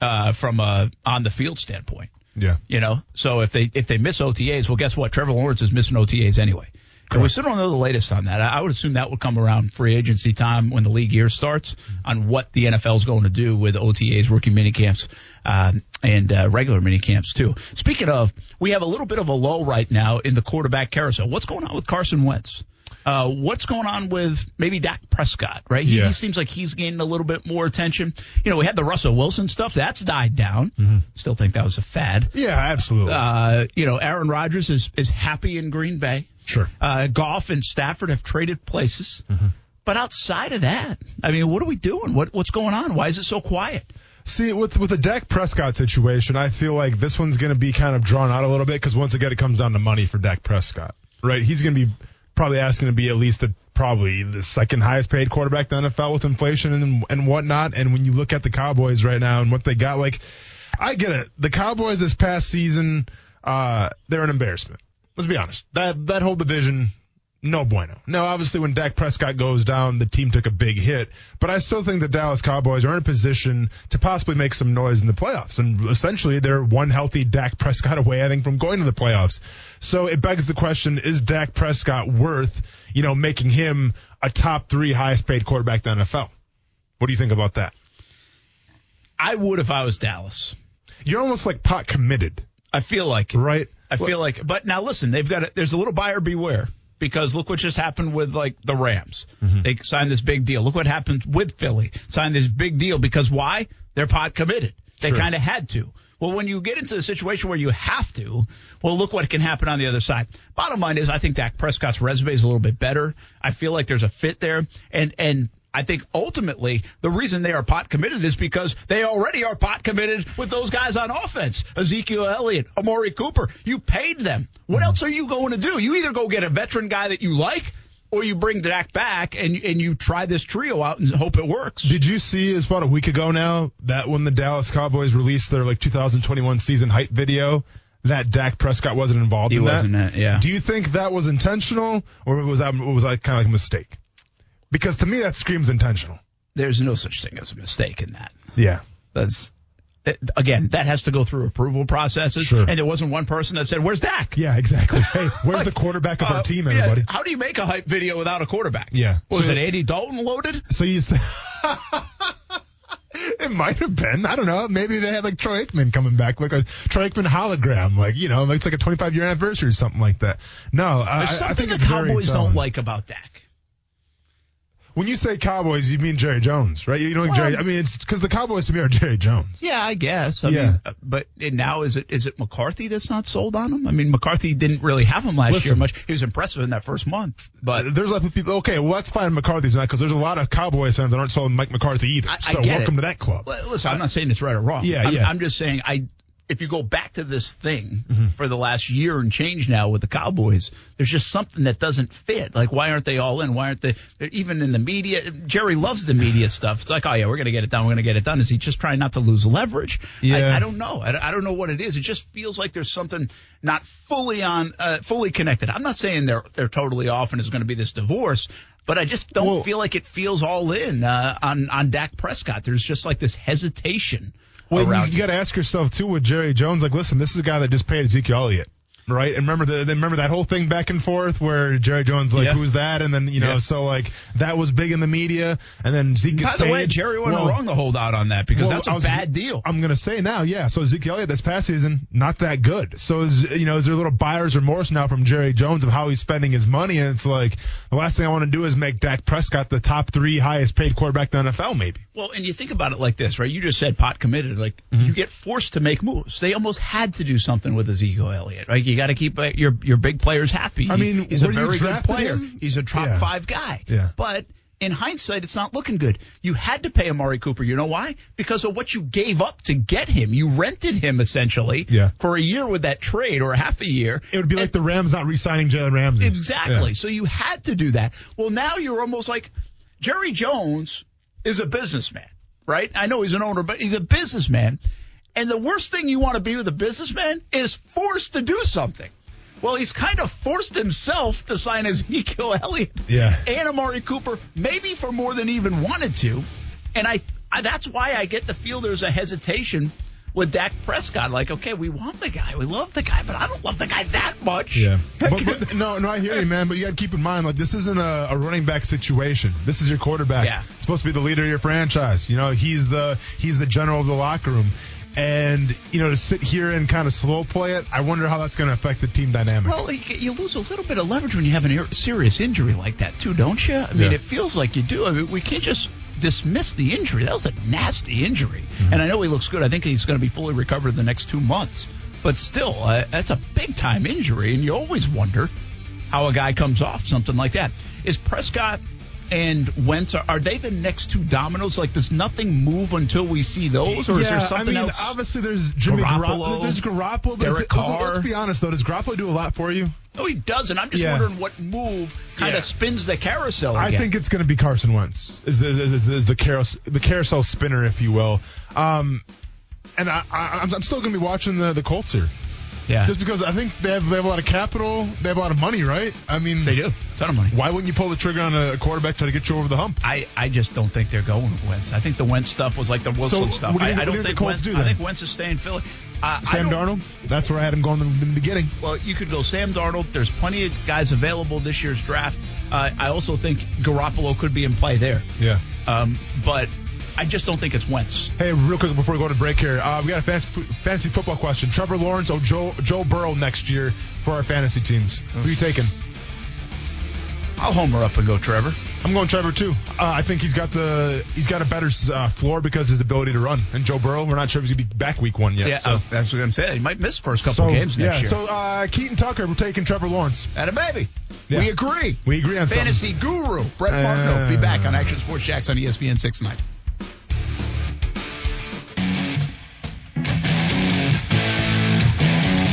[SPEAKER 8] uh, from a on the field standpoint.
[SPEAKER 4] Yeah.
[SPEAKER 8] You know, so if they if they miss OTAs, well, guess what? Trevor Lawrence is missing OTAs anyway. And we still don't know the latest on that. I I would assume that would come around free agency time when the league year starts on what the NFL is going to do with OTAs, rookie minicamps, um, and uh, regular minicamps too. Speaking of, we have a little bit of a lull right now in the quarterback carousel. What's going on with Carson Wentz? Uh, what's going on with maybe Dak Prescott? Right, he,
[SPEAKER 4] Yeah.
[SPEAKER 8] he seems like he's gaining a little bit more attention. You know, we had the Russell Wilson stuff that's died down.
[SPEAKER 4] Mm-hmm.
[SPEAKER 8] Still think that was a fad
[SPEAKER 4] Yeah. Absolutely.
[SPEAKER 8] uh, you know, Aaron Rodgers is, is happy in Green Bay.
[SPEAKER 4] Sure.
[SPEAKER 8] Uh, Goff and Stafford have traded places. But outside of that, I mean, what are we doing? What what's going on? Why is it so quiet?
[SPEAKER 4] See, with with the Dak Prescott situation, I feel like this one's going to be kind of drawn out a little bit because once again, it comes down to money for Dak Prescott, right? He's going to be probably asking to be at least the probably the second highest paid quarterback in the NFL with inflation and and whatnot. And when you look at the Cowboys right now and what they got, like, I get it. The Cowboys this past season, uh, they're an embarrassment. Let's be honest. That that whole division no bueno. Now, obviously, when Dak Prescott goes down, the team took a big hit, but I still think the Dallas Cowboys are in a position to possibly make some noise in the playoffs. And essentially, they're one healthy Dak Prescott away, I think, from going to the playoffs. So it begs the question: Is Dak Prescott worth, you know, making him a top three highest paid quarterback in the NFL? What do you think about that?
[SPEAKER 8] I would if I was Dallas.
[SPEAKER 4] You're almost like pot committed,
[SPEAKER 8] I feel like it.
[SPEAKER 4] right?
[SPEAKER 8] I feel like, but now listen, they've got a, there's a little buyer beware because look what just happened with like the Rams.
[SPEAKER 4] Mm-hmm.
[SPEAKER 8] They signed this big deal. Look what happened with Philly. Signed this big deal because why? They're pot committed. They
[SPEAKER 4] Sure.
[SPEAKER 8] kind of had to. Well, when you get into the situation where you have to, well, look what can happen on the other side. Bottom line is, I think Dak Prescott's resume is a little bit better. I feel like there's a fit there, and and I think ultimately the reason they are pot committed is because they already are pot committed with those guys on offense. Ezekiel Elliott, Amari Cooper. You paid them. What else are you going to do? You either go get a veteran guy that you like, or you bring Dak back and and you try this trio out and hope it works.
[SPEAKER 4] Did you see it's about a week ago now that when the Dallas Cowboys released their like 2021 season hype video, that Dak Prescott wasn't involved
[SPEAKER 8] He
[SPEAKER 4] in that.
[SPEAKER 8] wasn't in it, yeah.
[SPEAKER 4] Do you think that was intentional or was that was that kind of like a mistake? Because to me that screams intentional.
[SPEAKER 8] There's no such thing as a mistake in that.
[SPEAKER 4] Yeah.
[SPEAKER 8] That's it- again, that has to go through approval processes.
[SPEAKER 4] Sure.
[SPEAKER 8] And there wasn't one person that said, "Where's Dak?"
[SPEAKER 4] Yeah, exactly. Hey, where's
[SPEAKER 8] Like,
[SPEAKER 4] the quarterback of
[SPEAKER 8] uh,
[SPEAKER 4] our team,
[SPEAKER 8] yeah,
[SPEAKER 4] everybody?
[SPEAKER 8] how do you make a hype video without a quarterback?
[SPEAKER 4] Yeah.
[SPEAKER 8] Was
[SPEAKER 4] So-
[SPEAKER 8] it Andy Dalton loaded?
[SPEAKER 4] So you say it might have been. I don't know. Maybe they had like Troy Aikman coming back, like a Troy Aikman hologram, like you know, like it's like a 25 year anniversary or something like that. No, I,
[SPEAKER 8] There's
[SPEAKER 4] I
[SPEAKER 8] something
[SPEAKER 4] think
[SPEAKER 8] the
[SPEAKER 4] it's very
[SPEAKER 8] Cowboys don't
[SPEAKER 4] telling.
[SPEAKER 8] like about Dak.
[SPEAKER 4] When you say Cowboys, you mean Jerry Jones, right? You don't think Jerry. I mean, it's because the Cowboys to me are Jerry Jones.
[SPEAKER 8] Yeah, I guess. I
[SPEAKER 4] Yeah.
[SPEAKER 8] mean, uh, but and now is it is it McCarthy that's not sold on him? I mean, McCarthy didn't really have him last year
[SPEAKER 4] Listen.
[SPEAKER 8] much. He was impressive in that first month, but
[SPEAKER 4] There's a lot of people. Okay, well that's fine. McCarthy's not because there's a lot of Cowboys fans that aren't sold on Mike McCarthy either.
[SPEAKER 8] I- I
[SPEAKER 4] so
[SPEAKER 8] get
[SPEAKER 4] welcome
[SPEAKER 8] it.
[SPEAKER 4] to that club.
[SPEAKER 8] L- Listen, I'm not saying it's right or wrong.
[SPEAKER 4] Yeah,
[SPEAKER 8] I'm,
[SPEAKER 4] yeah. Mm-hmm.
[SPEAKER 8] I'm just saying I. If you go back to this thing for the last year and change now with the Cowboys, there's just something that doesn't fit. Like, why aren't they all in? Why aren't they they're even in the media? Jerry loves the media stuff. It's like, oh yeah, we're gonna get it done. We're gonna get it done. Is he just trying not to lose leverage?
[SPEAKER 4] Yeah.
[SPEAKER 8] I, I don't know. I, I don't know what it is. It just feels like there's something not fully on, uh, fully connected. I'm not saying they're they're totally off and it's going to be this divorce, but I just don't
[SPEAKER 4] Well-
[SPEAKER 8] feel like it feels all in uh, on on Dak Prescott. There's just like this hesitation
[SPEAKER 4] Well,
[SPEAKER 8] around.
[SPEAKER 4] you, you got to ask yourself too with Jerry Jones. Like, listen, this is a guy that just paid Ezekiel Elliott, right? And remember the then remember that whole thing back and forth where Jerry Jones like,
[SPEAKER 8] Yeah.
[SPEAKER 4] who's that? And then you know,
[SPEAKER 8] Yeah.
[SPEAKER 4] so like that was big in the media, and then Zeke.
[SPEAKER 8] By
[SPEAKER 4] gets
[SPEAKER 8] the
[SPEAKER 4] paid.
[SPEAKER 8] way, Jerry wasn't
[SPEAKER 4] Well,
[SPEAKER 8] wrong to hold out on that because
[SPEAKER 4] well,
[SPEAKER 8] that's
[SPEAKER 4] I
[SPEAKER 8] a
[SPEAKER 4] was-
[SPEAKER 8] bad deal.
[SPEAKER 4] I'm gonna say now, yeah. So Ezekiel Elliott this past season, not that good. So is you know, is there a little buyer's remorse now from Jerry Jones of how he's spending his money? And it's like the last thing I want to do is make Dak Prescott the top three highest paid quarterback in the NFL, maybe.
[SPEAKER 8] Well, and you think about it like this, right? You just said pot committed. Like
[SPEAKER 4] Mm-hmm.
[SPEAKER 8] you get forced to make moves. They almost had to do something with Ezekiel Elliott. Like you got to keep uh, your your big players happy.
[SPEAKER 4] I
[SPEAKER 8] He's-
[SPEAKER 4] mean,
[SPEAKER 8] he's a
[SPEAKER 4] where you
[SPEAKER 8] very good
[SPEAKER 4] drafted
[SPEAKER 8] player.
[SPEAKER 4] him-
[SPEAKER 8] He's a top
[SPEAKER 4] Yeah.
[SPEAKER 8] five guy.
[SPEAKER 4] Yeah.
[SPEAKER 8] But in hindsight, it's not looking good. You had to pay Amari Cooper. You know why? Because of what you gave up to get him. You rented him essentially
[SPEAKER 4] Yeah.
[SPEAKER 8] for a year with that trade or half a year.
[SPEAKER 4] It would be like the Rams not re-signing Jalen Ramsey.
[SPEAKER 8] Exactly.
[SPEAKER 4] Yeah.
[SPEAKER 8] So you had to do that. Well, now you're almost like Jerry Jones is a businessman, right? I know he's an owner, but he's a businessman. And the worst thing you want to be with a businessman is forced to do something. Well, he's kind of forced himself to sign Ezekiel Elliott
[SPEAKER 4] Yeah.
[SPEAKER 8] and Amari Cooper, maybe for more than he even wanted to. And I, I that's why I get the feel there's a hesitation with Dak Prescott. Like, okay, we want the guy, we love the guy, but I don't love the guy that much.
[SPEAKER 4] Yeah. But, but- no, no, I hear you, man. But you got to keep in mind, like this isn't a, a running back situation. This is your quarterback.
[SPEAKER 8] Yeah.
[SPEAKER 4] It's supposed to be the leader of your franchise. You know, he's the he's the general of the locker room. And you know, to sit here and kind of slow play it, I wonder how that's going to affect the team dynamic.
[SPEAKER 8] Well, you you lose a little bit of leverage when you have a ir- serious injury like that, too, don't you? I mean,
[SPEAKER 4] Yeah.
[SPEAKER 8] it feels like you do. I mean, we can't just dismiss the injury. That was a nasty injury,
[SPEAKER 4] Mm-hmm.
[SPEAKER 8] and I know he looks good. I think he's going to be fully recovered in the next two months. But still, uh, that's a big time injury, and you always wonder how a guy comes off something like that. Is Prescott and Wentz are, are they the next two dominoes? Like, does nothing move until we see those, or is there something
[SPEAKER 4] I mean,
[SPEAKER 8] else?
[SPEAKER 4] obviously there's Jimmy Garoppolo.
[SPEAKER 8] Garoppolo,
[SPEAKER 4] There's Garoppolo. but
[SPEAKER 8] Derek
[SPEAKER 4] is it-
[SPEAKER 8] Carr.
[SPEAKER 4] Let's be honest though. Does Garoppolo do a lot for you?
[SPEAKER 8] No, he doesn't. I'm just
[SPEAKER 4] Yeah.
[SPEAKER 8] wondering what move kind
[SPEAKER 4] Yeah.
[SPEAKER 8] of spins the carousel.
[SPEAKER 4] I
[SPEAKER 8] again.
[SPEAKER 4] think it's going to be Carson Wentz is the is, is, is the carousel the carousel spinner, if you will. Um, and I, I I'm I'm still going to be watching the the Colts here,
[SPEAKER 8] yeah.
[SPEAKER 4] just because I think they have they have a lot of capital, they have a lot of money, right? I mean,
[SPEAKER 8] They do. Ton of money.
[SPEAKER 4] Why wouldn't you pull the trigger on a quarterback trying to get you over the hump?
[SPEAKER 8] I, I just don't think they're going with Wentz. I think the Wentz stuff was like the Wilson
[SPEAKER 4] So,
[SPEAKER 8] stuff.
[SPEAKER 4] what do you think- what do you
[SPEAKER 8] I, I don't
[SPEAKER 4] think
[SPEAKER 8] think
[SPEAKER 4] the Colts
[SPEAKER 8] Wentz.
[SPEAKER 4] do
[SPEAKER 8] I
[SPEAKER 4] then?
[SPEAKER 8] think Wentz is staying Philly. Uh,
[SPEAKER 4] Sam
[SPEAKER 8] I don't,
[SPEAKER 4] Darnold. That's where I had him going in the beginning.
[SPEAKER 8] Well, you could go Sam Darnold. There's plenty of guys available this year's draft. Uh, I also think Garoppolo could be in play there.
[SPEAKER 4] Yeah.
[SPEAKER 8] Um, but I just don't think it's Wentz.
[SPEAKER 4] Hey, real quick before we go to break here, uh, we got a fantasy, fantasy football question. Trevor Lawrence or Joe Joe Burrow next year for our fantasy teams? Who you taking?
[SPEAKER 8] I'll homer up and go Trevor.
[SPEAKER 4] I'm going Trevor too. Uh, I think he's got the he's got a better uh, floor because of his ability to run. And Joe Burrow, we're not sure if he's gonna be back week one yet.
[SPEAKER 8] Yeah,
[SPEAKER 4] so.
[SPEAKER 8] uh, that's what I'm saying. He might miss first couple
[SPEAKER 4] So,
[SPEAKER 8] games next
[SPEAKER 4] yeah,
[SPEAKER 8] year.
[SPEAKER 4] So uh, Keaton Tucker, we're taking Trevor Lawrence.
[SPEAKER 8] and a baby.
[SPEAKER 4] Yeah.
[SPEAKER 8] We agree.
[SPEAKER 4] We agree on
[SPEAKER 8] Fantasy guru Brett Martineau.
[SPEAKER 4] Uh,
[SPEAKER 8] be back on Action Sports Jacks
[SPEAKER 3] E
[SPEAKER 8] on ESPN 690.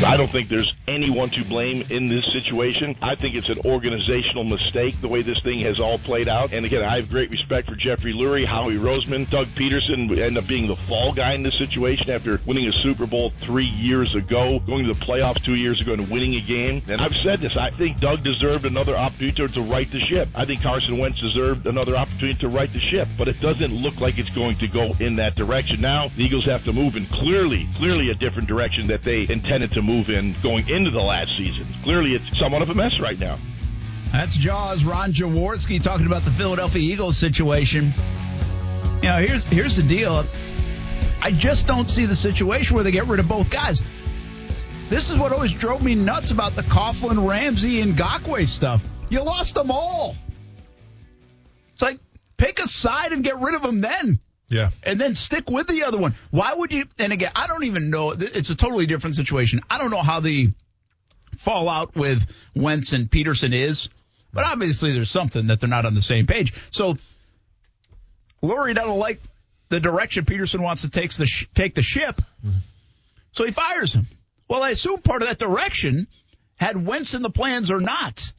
[SPEAKER 8] I don't think there's anyone to blame in this situation. I think it's an organizational mistake the way this thing has all played out. And again, I have great respect for Jeffrey Lurie, Howie Roseman, Doug Peterson end up being the fall guy in this situation after winning a Super Bowl three years ago, going to the playoffs two years ago, and winning a game. And I've said this. I think Doug deserved another opportunity to right the ship. I think Carson Wentz deserved another opportunity to right the ship, but it doesn't look like it's going to go in that direction. Now the Eagles have to move in clearly, clearly a different direction that they intended to move in going into the last season. Clearly, it's somewhat of a mess right now.
[SPEAKER 3] That's Jaws, Ron Jaworski talking about the Philadelphia Eagles situation. You know, here's here's the deal. I just don't see the situation where they get rid of both guys. This is what always drove me nuts about the Coughlin, Ramsey, and Gakwe stuff. You lost them all. It's like pick a side and get rid of them then
[SPEAKER 4] Yeah.
[SPEAKER 3] and then stick with the other one. Why would you? And again, I don't even know. It's a totally different situation. I don't know how the fallout with Wentz and Peterson is, but obviously there's something that they're not on the same page. So Lurie doesn't like the direction Peterson wants to take the sh- take the ship,
[SPEAKER 4] Mm-hmm.
[SPEAKER 3] so he fires him. Well, I assume part of that direction had Wentz in the plans or not.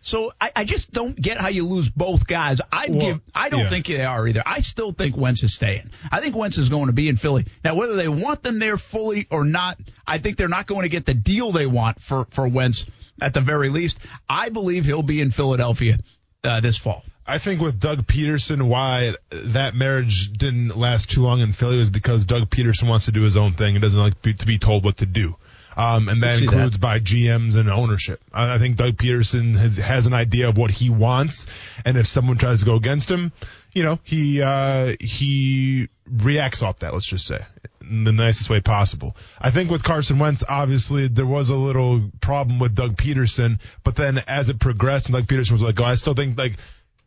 [SPEAKER 3] So I, I just don't get how you lose both guys. I would
[SPEAKER 4] Well,
[SPEAKER 3] give. I don't
[SPEAKER 4] yeah.
[SPEAKER 3] think they are either. I still think Wentz is staying. I think Wentz is going to be in Philly. Now, whether they want them there fully or not, I think they're not going to get the deal they want for, for Wentz at the very least. I believe he'll be in Philadelphia uh, this fall.
[SPEAKER 4] I think with Doug Peterson, why that marriage didn't last too long in Philly was because Doug Peterson wants to do his own thing and doesn't like be, to be told what to do. Um, and that
[SPEAKER 3] see that.
[SPEAKER 4] includes by GMs and ownership. I, I think Doug Peterson has, has an idea of what he wants, and if someone tries to go against him, you know, he uh, he reacts off that. Let's just say in the nicest way possible. I think with Carson Wentz, obviously there was a little problem with Doug Peterson, but then as it progressed, and Doug Peterson was like, "Oh, I still think like."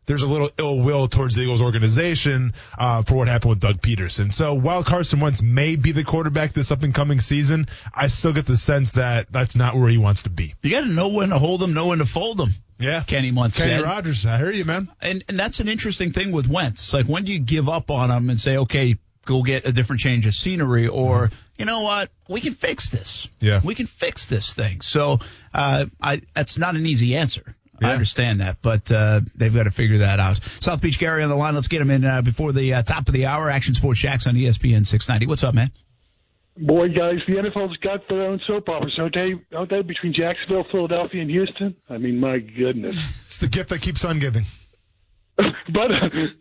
[SPEAKER 4] there's a little ill will towards the Eagles organization uh, for what happened with Doug Peterson. So while Carson Wentz may be the quarterback this up and coming season, I still get the sense that that's not where he wants to be.
[SPEAKER 3] You got to know when to hold them, know when to fold them.
[SPEAKER 4] Yeah.
[SPEAKER 3] Kenny once
[SPEAKER 4] Kenny
[SPEAKER 3] said.
[SPEAKER 4] Rogers, I hear you, man.
[SPEAKER 3] and and that's an interesting thing with Wentz. It's Like when do you give up on him and say, okay, go get a different change of scenery, or you know what, we can fix this.
[SPEAKER 4] Yeah.
[SPEAKER 3] we can fix this thing. So uh, I that's not an easy answer. I
[SPEAKER 4] Yeah.
[SPEAKER 3] understand that, but uh, they've got to figure that out. South Beach Gary on the line. Let's get him in uh, before the uh, top of the hour. Action Sports Shacks on E ESPN 690. What's up, man?
[SPEAKER 9] Boy, guys, the NFL's got their own soap operas, don't they? Don't they? Between Jacksonville, Philadelphia, and Houston. I mean, my goodness.
[SPEAKER 4] It's the gift that keeps on giving.
[SPEAKER 9] but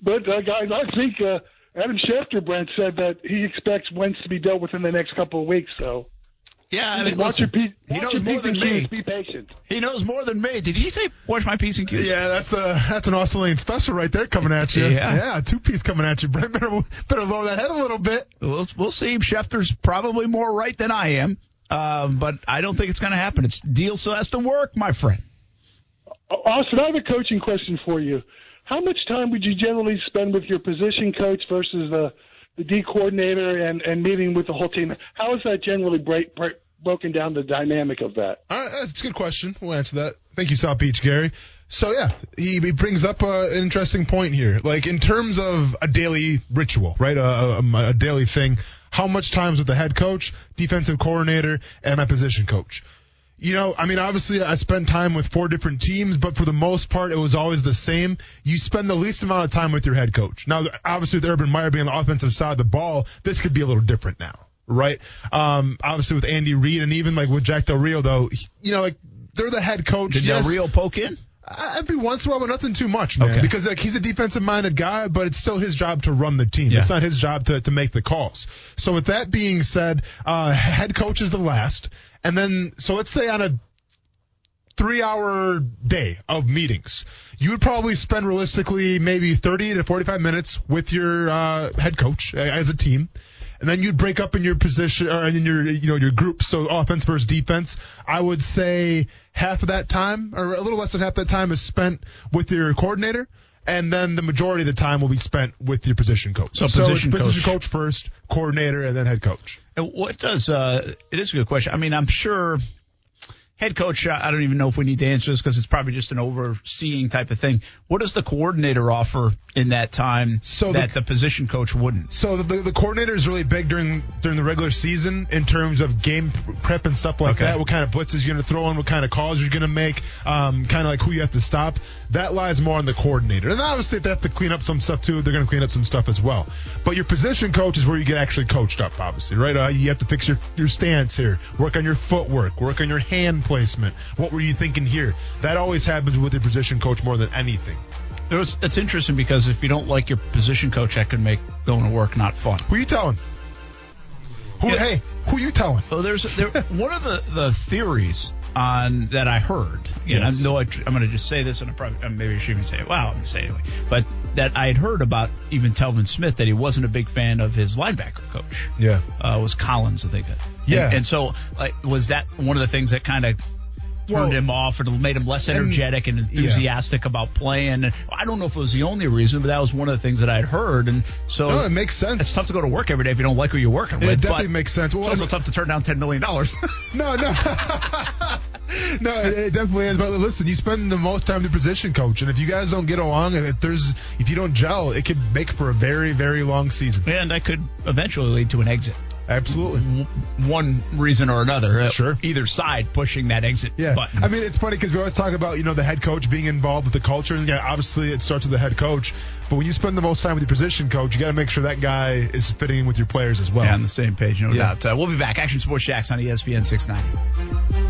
[SPEAKER 9] but uh, guys, I think uh, Adam Schefter, Brent said that he expects Wentz to be dealt with in the next couple of weeks. So
[SPEAKER 3] Yeah, I
[SPEAKER 9] watch your P-
[SPEAKER 3] he
[SPEAKER 9] watch
[SPEAKER 3] knows
[SPEAKER 9] your
[SPEAKER 3] more
[SPEAKER 9] P's
[SPEAKER 3] than
[SPEAKER 9] and
[SPEAKER 3] me.
[SPEAKER 9] Q's. Be patient.
[SPEAKER 3] He knows more than me. Did he say watch my piece and Q's?
[SPEAKER 4] Yeah, that's a that's an Austin Lane special right there coming at you.
[SPEAKER 3] Yeah.
[SPEAKER 4] two piece coming at you, Brent. Better better lower that head a little bit.
[SPEAKER 3] We'll, we'll see. Schefter's probably more right than I am, uh, but I don't think it's going to happen. It's deal still has to work, my friend.
[SPEAKER 9] Uh, Austin, I have a coaching question for you. How much time would you generally spend with your position coach versus the the D coordinator and and meeting with the whole team? How is that generally break, break, broken down? The dynamic of that.
[SPEAKER 4] All right, that's a good question. We'll answer that. Thank you, South Beach, Gary. So yeah, he, he brings up uh, an interesting point here. Like in terms of a daily ritual, right? A, a, a daily thing. How much times with the head coach, defensive coordinator, and my position coach? You know, I mean, obviously, I spent time with four different teams, but for the most part, it was always the same. You spend the least amount of time with your head coach. Now, obviously, with Urban Meyer being on the offensive side of the ball, this could be a little different now, right? Um, obviously, with Andy Reid and even like with Jack Del Rio, though, he- you know, like they're the head coach.
[SPEAKER 3] Did
[SPEAKER 4] yes,
[SPEAKER 3] Del Rio poke in?
[SPEAKER 4] uh, every once in a while, but nothing too much, man.
[SPEAKER 3] Okay.
[SPEAKER 4] Because like he's a defensive minded guy, but it's still his job to run the team.
[SPEAKER 3] Yeah.
[SPEAKER 4] It's not his job to, to make the calls. So with that being said, uh, head coach is the last, and then so let's say on a three hour day of meetings, you would probably spend realistically maybe 30 to 45 minutes with your uh, head coach uh, as a team. And then you'd break up in your position or in your you know your group. So offense versus defense. I would say half of that time, or a little less than half that time, is spent with your coordinator, and then the majority of the time will be spent with your position coach.
[SPEAKER 3] So
[SPEAKER 4] it's
[SPEAKER 3] position coach.
[SPEAKER 4] position coach first, coordinator, and then head coach.
[SPEAKER 3] And What does uh, it is a good question. I mean, I'm sure
[SPEAKER 8] Head coach, I I don't even know if we need to answer this because it's probably just an overseeing type of thing. What does the coordinator offer in that time
[SPEAKER 4] So the-
[SPEAKER 8] that the position coach wouldn't?
[SPEAKER 4] So the, the, the coordinator is really big during during the regular season in terms of game prep and stuff like
[SPEAKER 8] Okay.
[SPEAKER 4] that. What kind of blitzes you're going to throw in, what kind of calls you're going to make, um, kind of like who you have to stop. That lies more on the coordinator. And obviously, if they have to clean up some stuff too, they're going to clean up some stuff as well. But your position coach is where you get actually coached up, obviously, right? Uh, you have to fix your, your stance here, work on your footwork, work on your hand placement. What were you thinking here? That always happens with your position coach more than anything.
[SPEAKER 8] There was, it's interesting because if you don't like your position coach, that could make going to work not fun.
[SPEAKER 4] Who you telling? Who?
[SPEAKER 8] Yeah.
[SPEAKER 4] Hey, who you telling?
[SPEAKER 8] Well, there's there, one of the, the theories on that I heard, and I
[SPEAKER 4] Yes.
[SPEAKER 8] know I, am going to just say this, and I probably uh, maybe I shouldn't even say it. Wow, I'm going to say it anyway. But that I had heard about even Telvin Smith that he wasn't a big fan of his linebacker coach.
[SPEAKER 4] Yeah.
[SPEAKER 8] uh, was Collins, I think. And-
[SPEAKER 4] Yeah.
[SPEAKER 8] and, so like was that one of the things that kind of
[SPEAKER 4] Well-
[SPEAKER 8] turned him off and made him less energetic and, enthusiastic about playing? And I don't know if it was the only reason, but that was one of the things that I had heard, and so
[SPEAKER 4] No, it makes sense.
[SPEAKER 8] It's tough to go to work every day if you don't like who you're working
[SPEAKER 4] It
[SPEAKER 8] with.
[SPEAKER 4] definitely
[SPEAKER 8] but
[SPEAKER 4] makes sense. Well,
[SPEAKER 8] it's also tough to turn down ten million dollars.
[SPEAKER 4] No, no. no, it, it definitely is. But listen, you spend the most time with the position coach, and if you guys don't get along, and if there's if you don't gel, it could make for a very very long season.
[SPEAKER 8] and I could eventually lead to an exit.
[SPEAKER 4] Absolutely.
[SPEAKER 8] W- One reason or another. uh,
[SPEAKER 4] Sure.
[SPEAKER 8] Either side pushing that exit
[SPEAKER 4] Yeah,
[SPEAKER 8] button.
[SPEAKER 4] I mean it's funny because we always talk about you know the head coach being involved with the culture, and yeah, obviously it starts with the head coach. But when you spend the most time with your position coach, you got to make sure that guy is fitting in with your players as well.
[SPEAKER 8] yeah, on the same page, no
[SPEAKER 4] Yeah.
[SPEAKER 8] E doubt. Uh, we'll be back. Action Sports Jacks on ESPN 690.